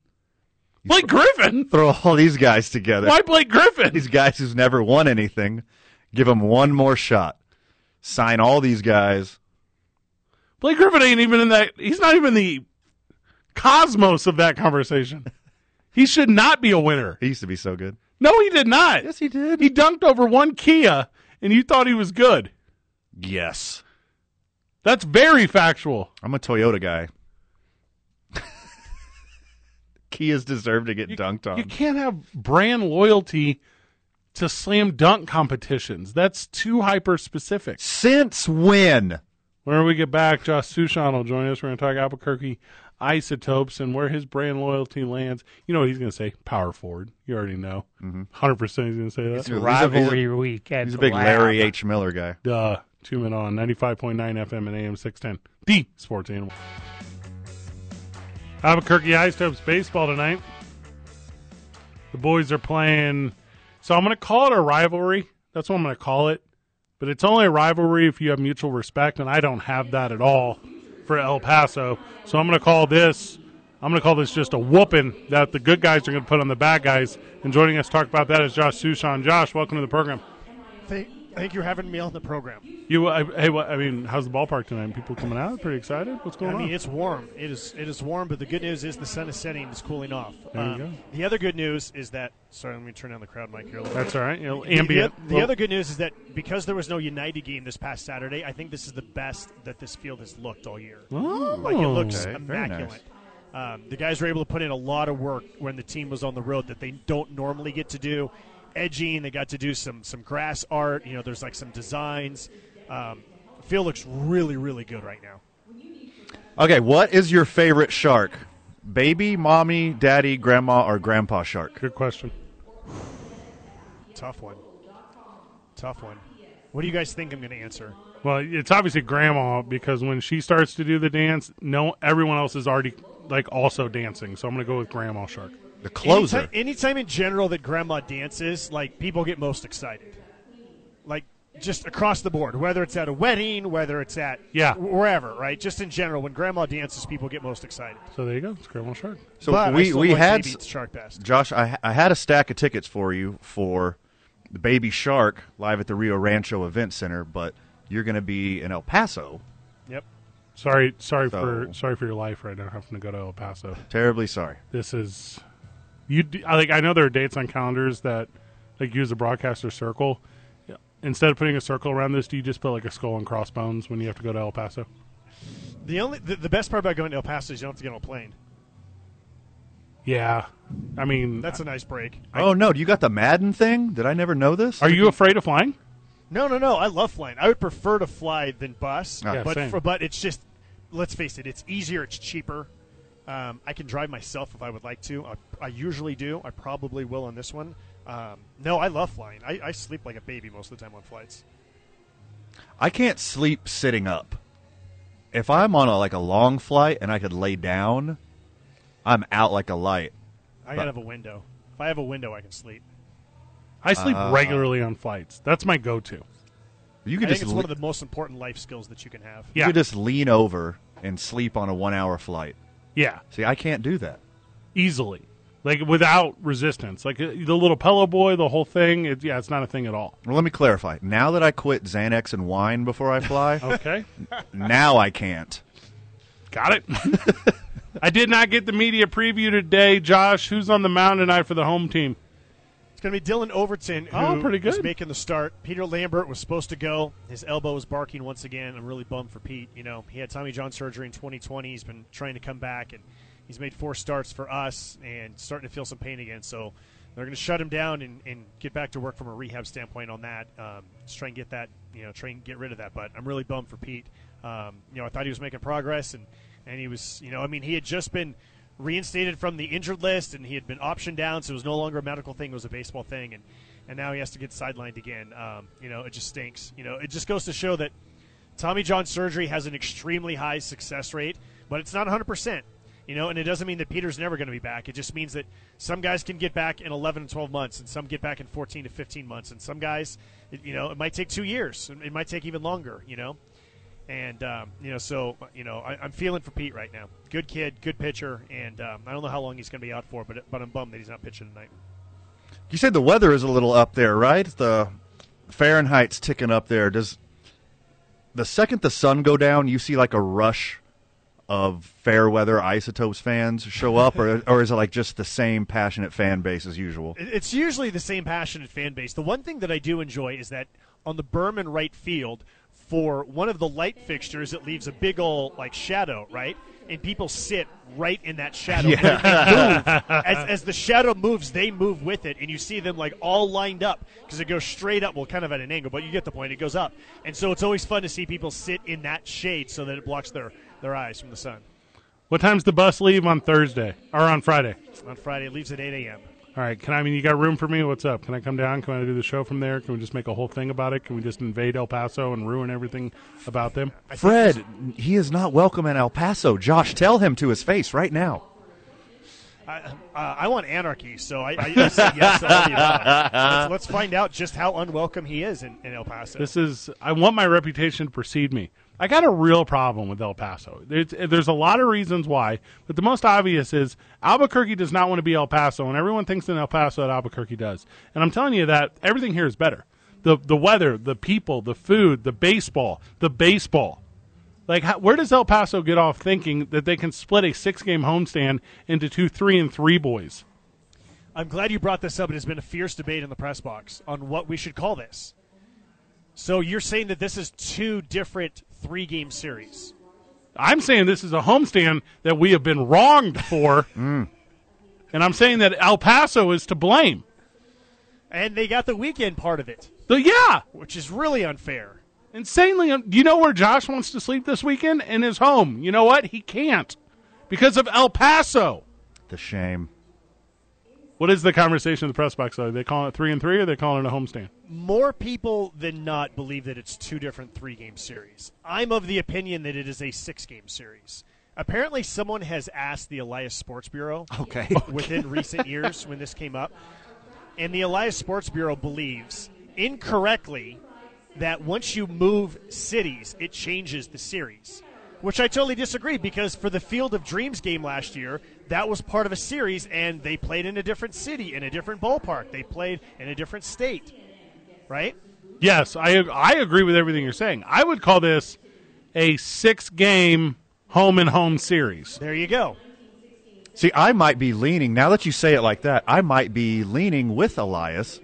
A: Blake
B: (laughs)
A: Griffin?
B: Throw all these guys together.
A: Why Blake Griffin?
B: (laughs) These guys who's never won anything. Give them one more shot. Sign all these guys.
A: Blake Griffin ain't even in that. He's not even the cosmos of that conversation. He should not be a winner.
B: He used to be so good.
A: No, he did not.
B: Yes, he did.
A: He dunked over one Kia, and you thought he was good.
B: yes.
A: That's very factual.
B: I'm a Toyota guy. (laughs) Kias deserve to get dunked on.
A: You can't have brand loyalty to slam dunk competitions. That's too hyper specific.
B: Since when?
A: When we get back, Josh Sushan will join us. We're going to talk Albuquerque isotopes and where his brand loyalty lands. You know what he's going to say? Power forward. You already know.
B: Mm-hmm.
A: 100% he's going to say that.
B: He's a- he's a-
C: rivalry week. At
B: he's a
C: the
B: big
C: lab.
B: Larry H. Miller guy.
A: Duh. Two men on 95.9 FM and AM 610. The sports animal. Albuquerque Isotopes baseball tonight. The boys are playing. So I'm going to call it a rivalry. That's what I'm going to call it. But it's only a rivalry if you have mutual respect, and I don't have that at all for El Paso. So I'm going to call this. I'm going to call this just a whooping that the good guys are going to put on the bad guys. And joining us to talk about that is Josh Sushan. Josh, welcome to the program.
G: Thank, thank you for having me on the program.
A: You, I, hey, what, I mean, how's the ballpark tonight? People coming out? Pretty excited? What's going
G: I mean,
A: on?
G: it's warm. It is it is warm, but the good news is the sun is setting. It's cooling off. Um,
A: There you go.
G: The other good news is that. Sorry, let me turn down the crowd mic here. A little
A: That's
G: bit.
A: all right. You know,
G: The- the-
A: ambient.
G: The, other good news is that because there was no United game this past Saturday, I think this is the best that this field has looked all year.
A: Oh,
G: Like it looks
B: okay. Very
G: immaculate. Um, the guys were able to put in a lot of work when the team was on the road that they don't normally get to do. Edging, they got to do some some grass art. You know, there's like some designs. Um, the field looks really really good right now.
B: Okay, what is your favorite shark? Baby, mommy, daddy, grandma, or grandpa shark?
A: Good question.
G: Tough one. Tough one. What do you guys think I'm going to answer?
A: Well, it's obviously grandma because when she starts to do the dance, no, everyone else is already like also dancing. So I'm gonna go with grandma shark.
B: The closer.
G: Anytime, anytime in general that grandma dances, like people get most excited. Like just across the board, whether it's at a wedding, whether it's at
A: Yeah.
G: wherever, right? Just in general, when grandma dances, people get most excited.
A: So there you go. It's grandma shark.
B: So
G: But I
B: we
G: still
B: we
G: like
B: had
G: Baby Eats shark best.
B: Josh. I I had a stack of tickets for you for the Baby Shark live at the Rio Rancho Event Center, but you're going to be in El Paso.
G: Yep.
A: Sorry, sorry
B: So-
A: for sorry for your life right now. Having to go to El Paso.
B: Terribly sorry.
A: This is you. d- I like. I know there are dates on calendars that like use the broadcaster circle. Instead of putting a circle around this, do you just put like a skull and crossbones when you have to go to El Paso?
G: The only the, the best part about going to El Paso is you don't have to get on a plane.
A: Yeah, I mean,
G: That's a nice break.
B: oh no, you got the Madden thing? Did I never know this?
A: are you afraid of flying?
G: No, no, no. I love flying. I would prefer to fly than bus.
B: Yeah,
G: but
A: same.
G: for, but it's just let's face it, it's easier, it's cheaper. Um, I can drive myself if I would like to. I, I usually do. I probably will on this one. Um, no, I love flying. I, I sleep like a baby most of the time on flights.
B: I can't sleep sitting up. If I'm on a, like a long flight and I could lay down, I'm out like a light.
G: I gotta have a window. If I have a window, I can sleep.
A: I sleep
B: Uh,
A: regularly on flights. That's my go-to.
B: You
G: I
B: could
G: think
B: just
G: it's
B: le-
G: one of the most important life skills that you can have.
B: you
A: Yeah,
B: could just lean over and sleep on a one hour flight.
A: yeah,
B: See, I can't do that.
A: easily, like without resistance. Like uh, the little pillow boy, the whole thing. It, yeah, it's not a thing at all.
B: Well, let me clarify. Now that I quit Xanax and wine before I
G: (laughs)
B: fly,
G: Oh.
A: Okay.
B: now I can't.
A: Got it. I did not get the media preview today, Josh. Who's on the mound tonight for the home team?
G: It's going to be Dylan Overton who
A: Oh, pretty
G: is
A: good.
G: (laughs) making the start. Peter Lambert was supposed to go. His elbow was barking once again. I'm really bummed for Pete. You know, he had Tommy John surgery in 2020. He's been trying to come back, and he's made four starts for us and starting to feel some pain again. So they're going to shut him down and, and get back to work from a rehab standpoint on that. Um, just try and get that, you know, try and get rid of that. But I'm really bummed for Pete. Um, you know, I thought he was making progress, and, and he was, you know, I mean, he had just been reinstated from the injured list, and he had been optioned down, so it was no longer a medical thing; it was a baseball thing, and and now he has to get sidelined again. Um, you know, it just stinks. You know, it just goes to show that Tommy John surgery has an extremely high success rate, but it's not 100 percent. You know, and it doesn't mean that Peter's never going to be back. It just means that some guys can get back in 11 to 12 months, and some get back in 14 to 15 months, and some guys, it- you know, it might take two years, and it might take even longer. You know, and um, you know, so you know, I, I'm feeling for Pete right now. Good kid, good pitcher, and um, I don't know how long he's going to be out for, but but I'm bummed that he's not pitching tonight.
B: You said the weather is a little up there, right? The Fahrenheit's ticking up there. Does the second the sun go down, you see like a rush of fair weather Isotopes fans show up, or or is it like just the same passionate fan base as usual?
G: It- It's usually the same passionate fan base. The one thing that I do enjoy is that on the Berman right field, for one of the light fixtures, it leaves a big old like shadow, right? And people sit right in that shadow. But if they move, as, as the shadow moves, they move with it, and you see them like all lined up because it goes straight up. Well, kind of at an angle, but you get the point. It goes up, and so it's always fun to see people sit in that shade so that it blocks their their eyes from the sun.
A: What time's the bus leave on Thursday or on Friday?
G: On Friday, it leaves at 8 a.m.
A: All right. Can I, I mean, you got room for me? What's up? Can I come down? Can I do the show from there? Can we just make a whole thing about it? Can we just invade El Paso and ruin everything about them?
B: Fred, he is not welcome in El Paso. Josh, tell him to his face right now.
G: I, uh, I want anarchy, so I, I, I say yes to all the above. Let's, let's find out just how unwelcome he is in, in El Paso.
A: This is. I want my reputation to precede me. I got a real problem with El Paso. There's, there's a lot of reasons why, but the most obvious is Albuquerque does not want to be El Paso, and everyone thinks in El Paso that Albuquerque does. And I'm telling you that everything here is better. The the weather, the people, the food, the baseball, the baseball. Like, how, where does El Paso get off thinking that they can split a six game homestand into two three and three boys?
G: I'm glad you brought this up. It has been a fierce debate in the press box on what we should call this. So you're saying that this is two different three game series.
A: I'm saying this is a homestand that we have been wronged for. And I'm saying that El Paso is to blame.
G: And they got the weekend part of it,
A: So, yeah,
G: which is really unfair.
A: insanely. Do you know where Josh wants to sleep this weekend? In his home. You know what? He can't because of El Paso.
B: The shame.
A: What is the conversation in the press box? Though? Are they calling it three and three or are they calling it a homestand?
G: more people than not believe that it's two different three game series. I'm of the opinion that it is a six game series. Apparently, someone has asked the Elias Sports Bureau (laughs)
B: Okay.
G: within recent years when this came up, and the Elias Sports Bureau believes incorrectly that once you move cities, it changes the series. Which I totally disagree because for the Field of Dreams game last year, that was part of a series and they played in a different city, in a different ballpark. They played in a different state. right?
A: Yes, I I agree with everything you're saying. I would call this a six game home and home series.
G: There you go.
B: See, I might be leaning, now that you say it like that, I might be leaning with Elias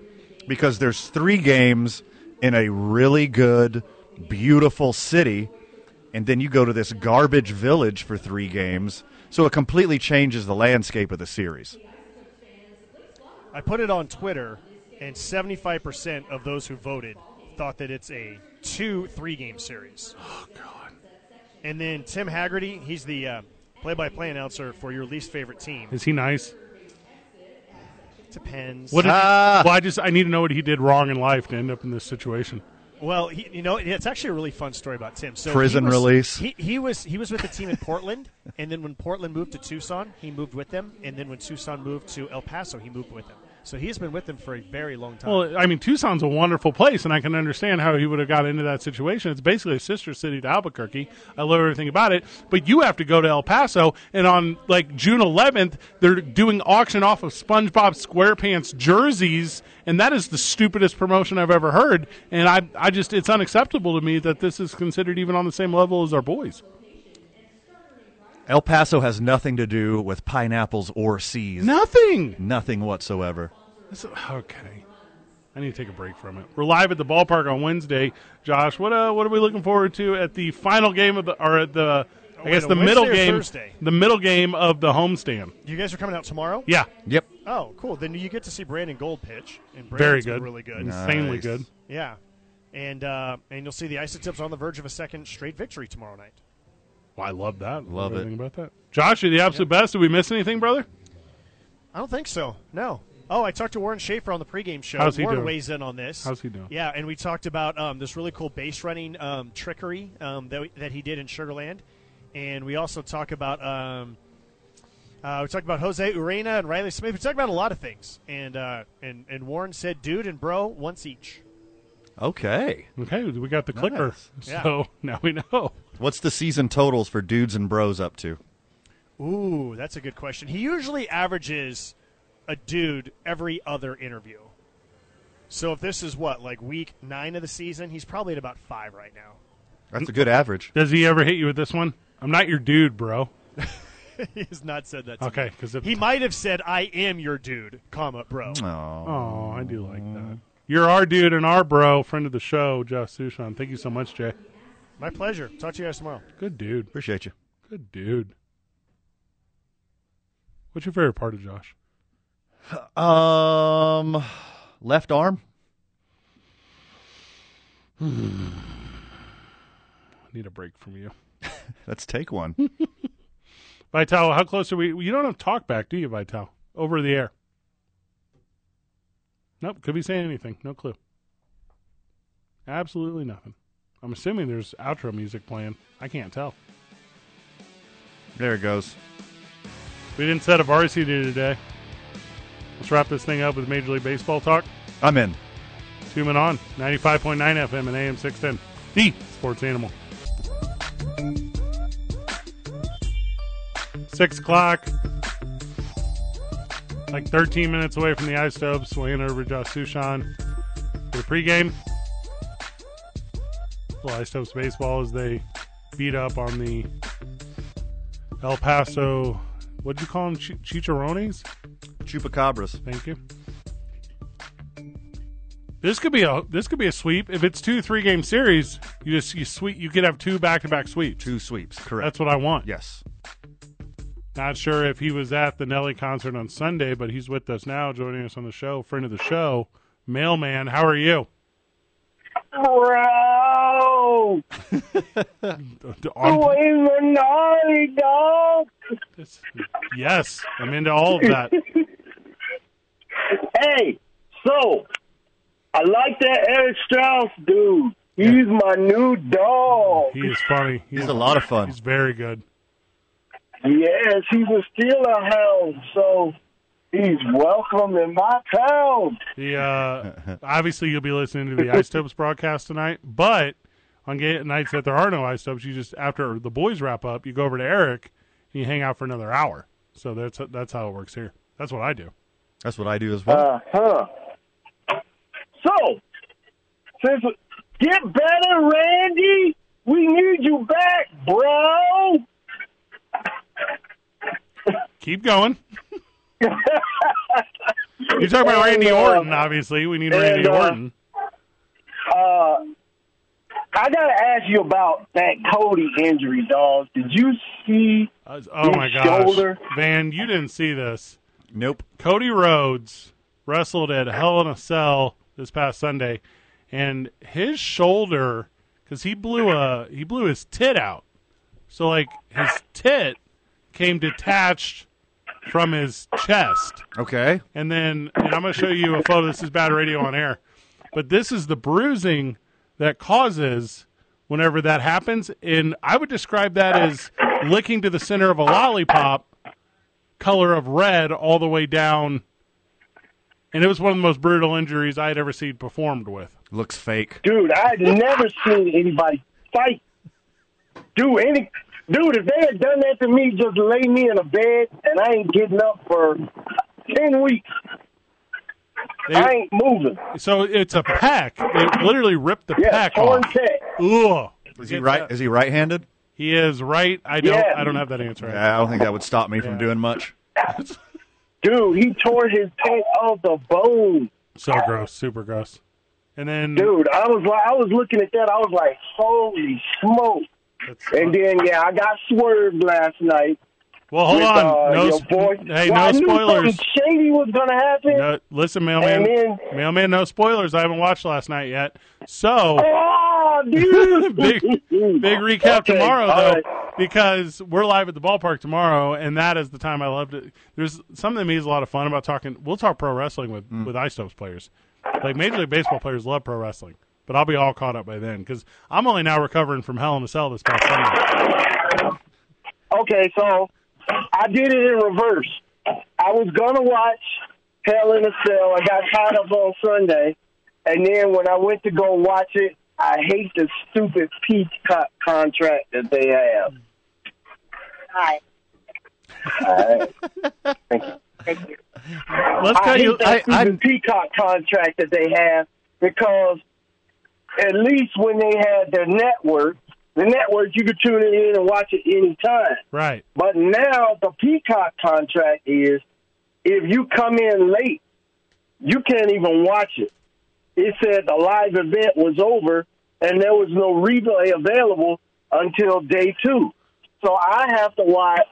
B: because there's three games in a really good, beautiful city, and then you go to this garbage village for three games. So it completely changes the landscape of the series.
G: I put it on Twitter, and 75% of those who voted thought that it's a two three game series. Oh, God. And then Tim Haggerty, he's the play by play announcer for your least favorite team.
A: Is he nice?
G: Depends.
A: What did-
B: Ah.
A: well, I just I need to know what he did wrong in life to end up in this situation.
G: Well, he, you know, it's actually a really fun story about Tim. So
B: Prison
G: he was-
B: release.
G: He, he was he was with the team in Portland, (laughs) and then when Portland moved to Tucson, he moved with them, and then when Tucson moved to El Paso, he moved with them. So he's been with them for a very long time.
A: Well, I mean, Tucson's a wonderful place, and I can understand how he would have got into that situation. It's basically a sister city to Albuquerque. I love everything about it, but you have to go to El Paso, and on like June 11th, they're doing auction off of SpongeBob SquarePants jerseys, and that is the stupidest promotion I've ever heard. And I, I just, it's unacceptable to me that this is considered even on the same level as our boys.
B: El Paso has nothing to do with pineapples or seas.
A: Nothing.
B: Nothing whatsoever.
A: This- okay. I need to take a break from it. We're live at the ballpark on Wednesday. Josh, what uh, what are we looking forward to at the final game of the or at the I
G: wait,
A: guess
G: a
A: the middle
G: Wednesday or
A: game
G: Thursday?
A: the middle game of the homestand.
G: you guys are coming out tomorrow.
A: Yeah.
B: Yep.
G: Oh, cool. Then you get to see Brandon Gold pitch, and
A: Very
G: Brandon's been
A: good.
G: really good.
A: Insanely
B: Nice.
A: good.
G: Yeah, and uh, and you'll see the Isotips on the verge of a second straight victory tomorrow night.
A: Well, I love that.
B: Love it.
A: everything about that. Josh, you're the absolute best. Did we miss anything, brother?
G: I don't think so. No. Oh, I talked to Warren Schaefer on the pregame show.
A: How's he
G: Warren
A: doing?
G: weighs in on this.
A: How's he doing?
G: Yeah, and we talked about um, this really cool base running um, trickery um, that, we, that he did in Sugarland, and we also talk about um, uh, we talked about Jose Urena and Riley Smith. We talked about a lot of things, and uh, and and Warren said, "Dude" and "Bro" once each.
B: Okay.
A: Okay, we got the clicker. (laughs)
G: Yeah.
A: So now we know.
B: What's the season totals for dudes and bros up to?
G: Ooh, that's a good question. He usually averages a dude every other interview. So if this is what like week nine of the season, he's probably at about five right now. (laughs)
B: That's a good average.
A: Does he ever hit you with this one? I'm not your dude, bro.
G: he has not said that. To me.
A: Okay, because
G: He might have said, "I am your dude, comma bro."
B: Oh.
A: Oh, I do like that. You're our dude and our bro, friend of the show, Josh Sushan. Thank you so much, Jay.
G: My pleasure. Talk to you guys tomorrow.
A: Good dude.
B: Appreciate you.
A: Good dude. What's your favorite part of Josh?
B: Um, left arm.
A: I need a break from you.
B: Let's take one.
A: Vital, how close are we? You don't have talk back, do you, Vital? Over the air. Nope, could be saying anything. No clue. Absolutely nothing. I'm assuming there's outro music playing. I can't tell.
B: there it goes.
A: We didn't set a varsity today. Let's wrap this thing up with Major League Baseball talk.
B: I'm in.
A: Two men on 95.9 FM and AM 610. The Sports Animal. Six o'clock. Like 13 minutes away from the ice tubs. We'll hand over to Josh Sushan for the pregame. Little ice tubs baseball as they beat up on the El Paso. What'd you call them? Chi- Chicharrones?
B: Chupacabras.
A: Thank you. This could be a this could be a sweep. If it's two three game series, you just you sweep you could have two back to back sweeps.
B: Two sweeps. Correct.
A: That's what I want.
B: yes.
A: Not sure if he was at the Nelly concert on Sunday, but he's with us now, joining us on the show, friend of the show, mailman. How are you?
H: Bro,
A: On-
H: he's a naughty dog.
A: yes, I'm into all of that.
H: Hey, so I like that Eric Strauss dude. He's my new dog.
A: He is funny. He's,
B: It's a lot of fun.
A: He's very good.
H: Yes, he's a Steeler hound, so he's welcome in my town.
A: The uh, obviously you'll be listening to the
E: (laughs)
A: Ice Tubs broadcast tonight, but on ga- nights that there are no Ice Tubs, you just after the boys wrap up, you go over to Eric and you hang out for another hour. So that's that's how it works here. That's what I do.
E: Uh,
B: That's what I do as well.
H: Uh huh. Uh-huh. So
E: Since get better, Randy. We need you back, bro.
A: Keep going.
E: (laughs)
A: You're talking about Randy
E: And, uh,
A: Orton, obviously. We need Randy
E: and, uh,
A: Orton.
E: Uh, I gotta ask you about that Cody injury, dog. Did you see?
A: Oh
E: his
A: my gosh,
E: Shoulder?
A: Van, you didn't see this.
B: Nope.
A: Cody Rhodes wrestled at Hell in a Cell this past Sunday, and his shoulder, because he blew a he blew his tit out, so like his tit came detached from his chest.
B: Okay.
A: And then and I'm going to show you a photo. This is bad radio on air. But this is the bruising that causes whenever that happens. And I would describe that as licking to the center of a lollipop, color of red all the way down. And it was one of the most brutal injuries I had ever seen performed with.
B: Looks fake.
E: Dude, I'd never seen anybody fight. Do any dude, if they had done that to me, just lay me in a bed and I ain't getting up for ten weeks.
A: They-
E: I ain't moving.
A: so it's a peck. They literally ripped the
E: Yeah,
A: peck
E: torn
A: off.
E: tech.
A: Ugh.
B: Is he
A: uh,
B: right? Is he right-handed?
A: He is right. I don't.
E: Yeah.
A: I don't have that answer. right
B: Yeah, I don't think that would stop me from doing much.
E: Dude, he tore his pant off the bone.
A: So gross. Super gross. And then
E: Dude, I was like I was looking at that, I was like, holy smoke.
A: That's-
E: And then yeah, I got swerved last night.
A: Well, hold
E: with,
A: on.
E: uh,
A: no,
E: your
A: sp-
E: boy.
A: hey,
E: Well, I
A: no
E: knew
A: spoilers.
E: something shady was gonna happen.
A: No, listen, mailman.
E: And
A: mailman, no spoilers. I haven't watched last night yet. So (laughs)
E: Oh,
A: big
E: dude!
A: (laughs) big recap
E: Okay,
A: tomorrow
E: all
A: though,
E: right.
A: because we're live at the ballpark tomorrow, and that is the time I loved it. There's something that means a lot of fun about talking. We'll talk pro wrestling with with Istopes players. Like Major League Baseball players love pro wrestling, but I'll be all caught up by then because I'm only now recovering from Hell in a Cell this past Sunday.
E: Okay, so I did it in reverse. I was gonna watch Hell in a Cell. I got tied up on Sunday, and then when I went to go watch it, I hate the stupid peacock contract that they have. Hi.
A: Let's
E: I
A: cut you.
E: hate that stupid peacock contract that they have because at least when they had their network, the network you could tune it in and watch it any time.
A: Right.
E: But now the Peacock contract is if you come in late, you can't even watch it. It said the live event was over and there was no replay available until day two. So I have to watch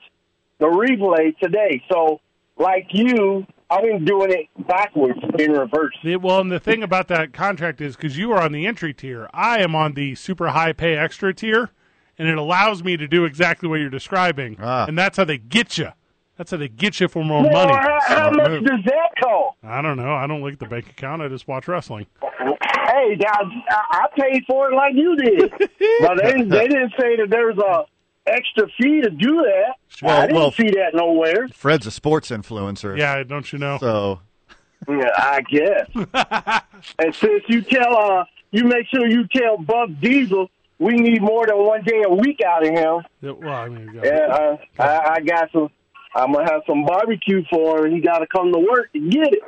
E: the replay today. So, like you, I've been doing it backwards in reverse.
A: The, well, and the thing about that contract is because you are on the entry tier, I am on the super high pay extra tier, and it allows me to do exactly what you're describing.
B: Ah.
A: And that's how they get you. That's how they get you for more
E: Well, (laughs)
A: money.
E: how, how
A: Smart
E: much
A: move.
E: does that cost?
A: I don't know. I don't look at the bank account. I just watch wrestling.
E: Hey, I, I paid for it like you
B: (laughs)
E: did. but they, they didn't say that there's a extra fee to do that.
B: Well,
E: I didn't
B: well-
E: see that nowhere.
B: Fred's a sports influencer.
A: Yeah, don't you know?
B: So
E: Yeah, I guess.
B: (laughs)
E: and since you tell, uh, you make sure you tell Buck Diesel we need more than one day a week out of him.
A: Yeah, well, I mean, yeah.
E: And uh, I, I got some. I'm gonna have some barbecue for him. He got to come to work to get it.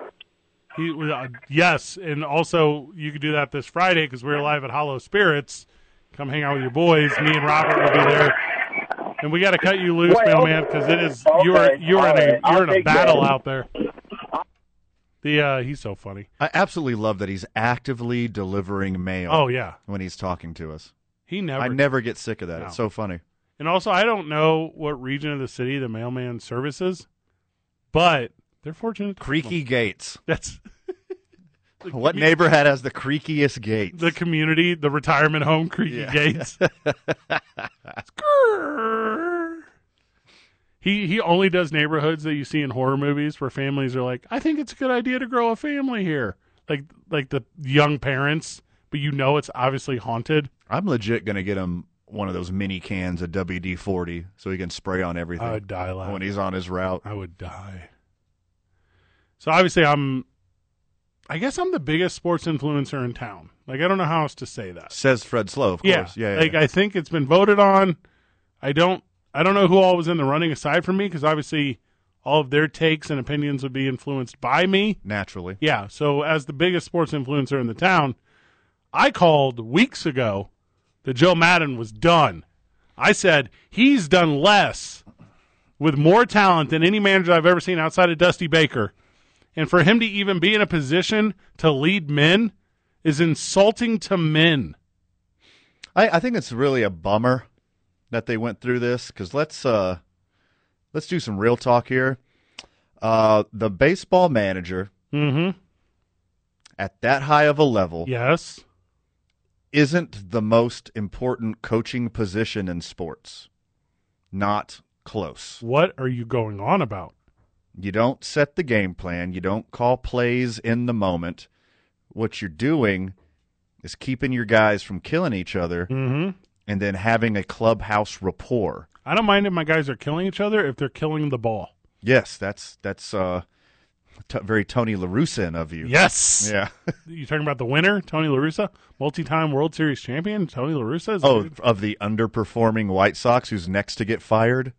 A: He, uh, yes, and also you could do that this Friday because we're live at Hollow Spirits. Come hang out with your boys. Me and Robert will be there, and we got to cut you loose,
E: Wait,
A: mailman,
E: okay.
A: because it is
E: Okay,
A: you're you're in
E: alright,
A: a
E: I'll
A: you're in a
E: take that.
A: battle out there. The uh, he's so funny.
B: I absolutely love that he's actively delivering mail
A: Oh yeah,
B: when he's talking to us.
A: he never.
B: I never get sick of that.
A: No.
B: It's so funny.
A: and also, I don't know what region of the city the mailman services, but they're fortunate. (laughs) to have
B: Creaky
A: them.
B: gates.
A: That's
B: What neighborhood has the creakiest gates?
A: the community, the retirement home, Creaky
B: Yeah.
A: Gates. (laughs) Skrrr. he he only does neighborhoods that you see in horror movies where families are like, I think it's a good idea to grow a family here, like like the young parents, but you know it's obviously haunted.
B: I'm legit gonna get him one of those mini cans of WD forty so he can spray on everything
A: I would die laughing.
B: when he's on his route.
A: I would die. So obviously, I'm. I guess I'm the biggest sports influencer in town. Like I don't know how else to say that.
B: Says Fred Slow, of course. Yeah, yeah,
A: like
B: yeah.
A: I think it's been voted on. I don't I don't know who all was in the running aside from me because obviously all of their takes and opinions would be influenced by me.
B: naturally.
A: Yeah, so as the biggest sports influencer in the town, I called weeks ago that Joe Madden was done. I said he's done less with more talent than any manager I've ever seen outside of Dusty Baker. And for him to even be in a position to lead men is insulting to men.
B: I, I think it's really a bummer that they went through this because let's uh, let's do some real talk here. Uh, the baseball manager
A: Mm-hmm.
B: at that high of a level
A: Yes.
B: isn't the most important coaching position in sports. Not close.
A: What are you going on about?
B: You don't set the game plan, you don't call plays in the moment. What you're doing is keeping your guys from killing each other
A: Mm-hmm.
B: and then having a clubhouse rapport.
A: I don't mind if my guys are killing each other if they're killing the ball.
B: Yes, that's that's uh t- very Tony LaRusin of you.
A: Yes. (laughs)
B: Yeah.
A: You talking about the winner, Tony La Russa, multi-time World Series champion, Tony La Russa? Is
B: Oh, of the underperforming White Sox who's next to get fired.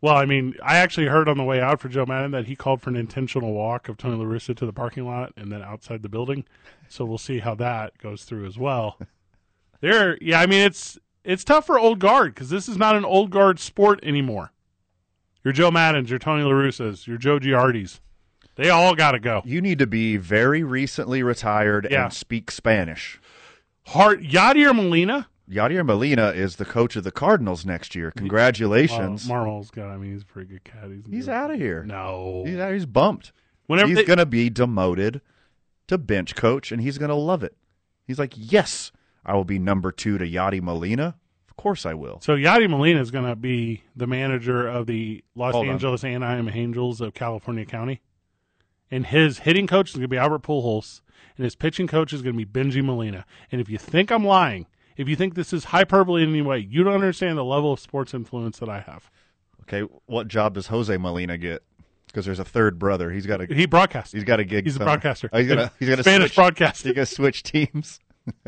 A: Well, I mean, I actually heard on the way out for Joe Madden that he called for an intentional walk of Tony La Russa to the parking lot and then outside the building. So we'll see how that goes through as well. There, yeah, I mean, it's it's tough for old guard because this is not an old guard sport anymore. Your Joe Maddens, your Tony La Russas, your Joe Giardis, they all got to go.
B: You need to be very recently retired
A: Yeah.
B: and speak Spanish.
A: Hart Yadier Molina,
B: Yadier Molina is the coach of the Cardinals next year. Congratulations.
A: Well, Marmol's got. I mean, he's a pretty good cat. He's,
B: he's out of here.
A: No,
B: He's, out- he's bumped.
A: whenever
B: he's
A: they-
B: going to be demoted to bench coach, and he's going to love it. He's like, yes, I will be number two to Yadi Molina. Of course I will.
A: So Yadi Molina is going to be the manager of the Los
B: Hold on.
A: Angeles Anaheim Angels of California County, and his hitting coach is going to be Albert Pujols, and his pitching coach is going to be Benji Molina. And if you think I'm lying, if you think this is hyperbole in any way, you don't understand the level of sports influence that I have.
B: Okay, what job does Jose Molina get? Because there's a third brother. He's got a
A: He broadcasts.
B: he's got a gig.
A: He's a
B: somewhere.
A: broadcaster.
B: Oh, he's
A: (laughs)
B: gonna he's gonna
A: Spanish
B: switch,
A: broadcaster.
B: He's gonna switch teams. (laughs)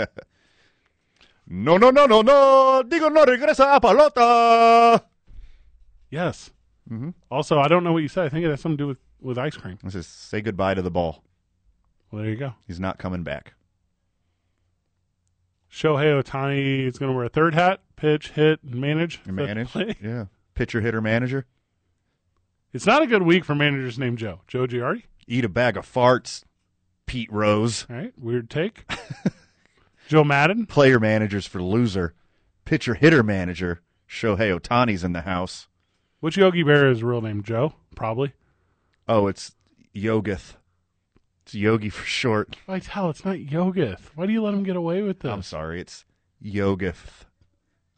B: no no no no no. Digo no regresa a pelota.
A: Yes.
B: Mhm.
A: Also, I don't know what you said. I think it has something to do with, with ice cream.
B: This is say goodbye to the ball.
A: Well, there you go.
B: He's not coming back.
A: Shohei Otani is going to wear a third hat, pitch, hit, and manage.
B: Your
A: Is that the
B: manager,
A: play?
B: yeah, pitcher, hitter, manager.
A: (laughs) It's not a good week for managers named Joe. Joe Giardi,
B: Eat a bag of farts. Pete Rose,
A: all right? Weird (laughs) take. Joe Madden,
B: player managers for loser. Pitcher, hitter, manager. Shohei Otani's in the house.
A: which Yogi Berra is real name? Joe, probably.
B: Oh, it's Yogith. It's Yogi
A: (laughs)
B: for short.
A: Like hell, it's not Yogith. Why do you let him get away with
B: I'm
A: this?
B: sorry, it's Yogith.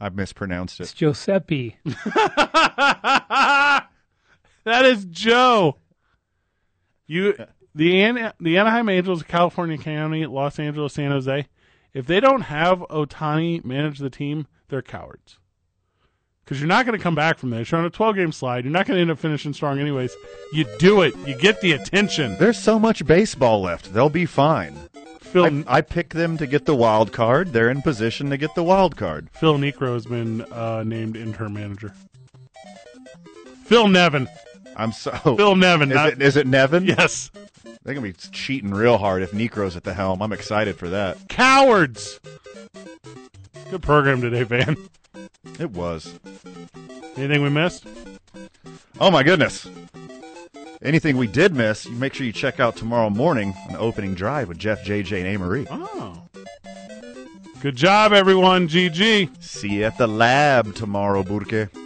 B: I've mispronounced
C: It's
B: it.
C: Giuseppe.
A: (laughs) that is Joe. You the An- the Anaheim Angels, California County, Los Angeles, San Jose. If they don't have Otani manage the team, they're cowards. Because you're not going to come back from this. You're on a 12 game slide. You're not going to end up finishing strong, anyways. You do it. You get the attention.
B: (laughs) There's so much baseball left. They'll be fine.
A: Phil
B: I, I pick them to get the wild card. They're in position to get the wild card.
A: Phil Necro has been uh, named interim manager. Phil Nevin.
B: I'm
A: (laughs)
B: so.
A: Phil Nevin.
B: is,
A: not-
B: it, is it Nevin?
A: (laughs) yes.
B: They're going to be cheating real hard if Necro's at the helm. I'm excited for that.
A: Cowards. Good program today, Van.
B: It was.
A: Anything we missed?
B: Oh my goodness. Anything we did miss, you make sure you check out tomorrow morning on opening drive with Jeff, JJ, and Amory.
A: Oh. Good job, everyone. GG.
B: See you at the lab tomorrow, Burke.
D: (laughs)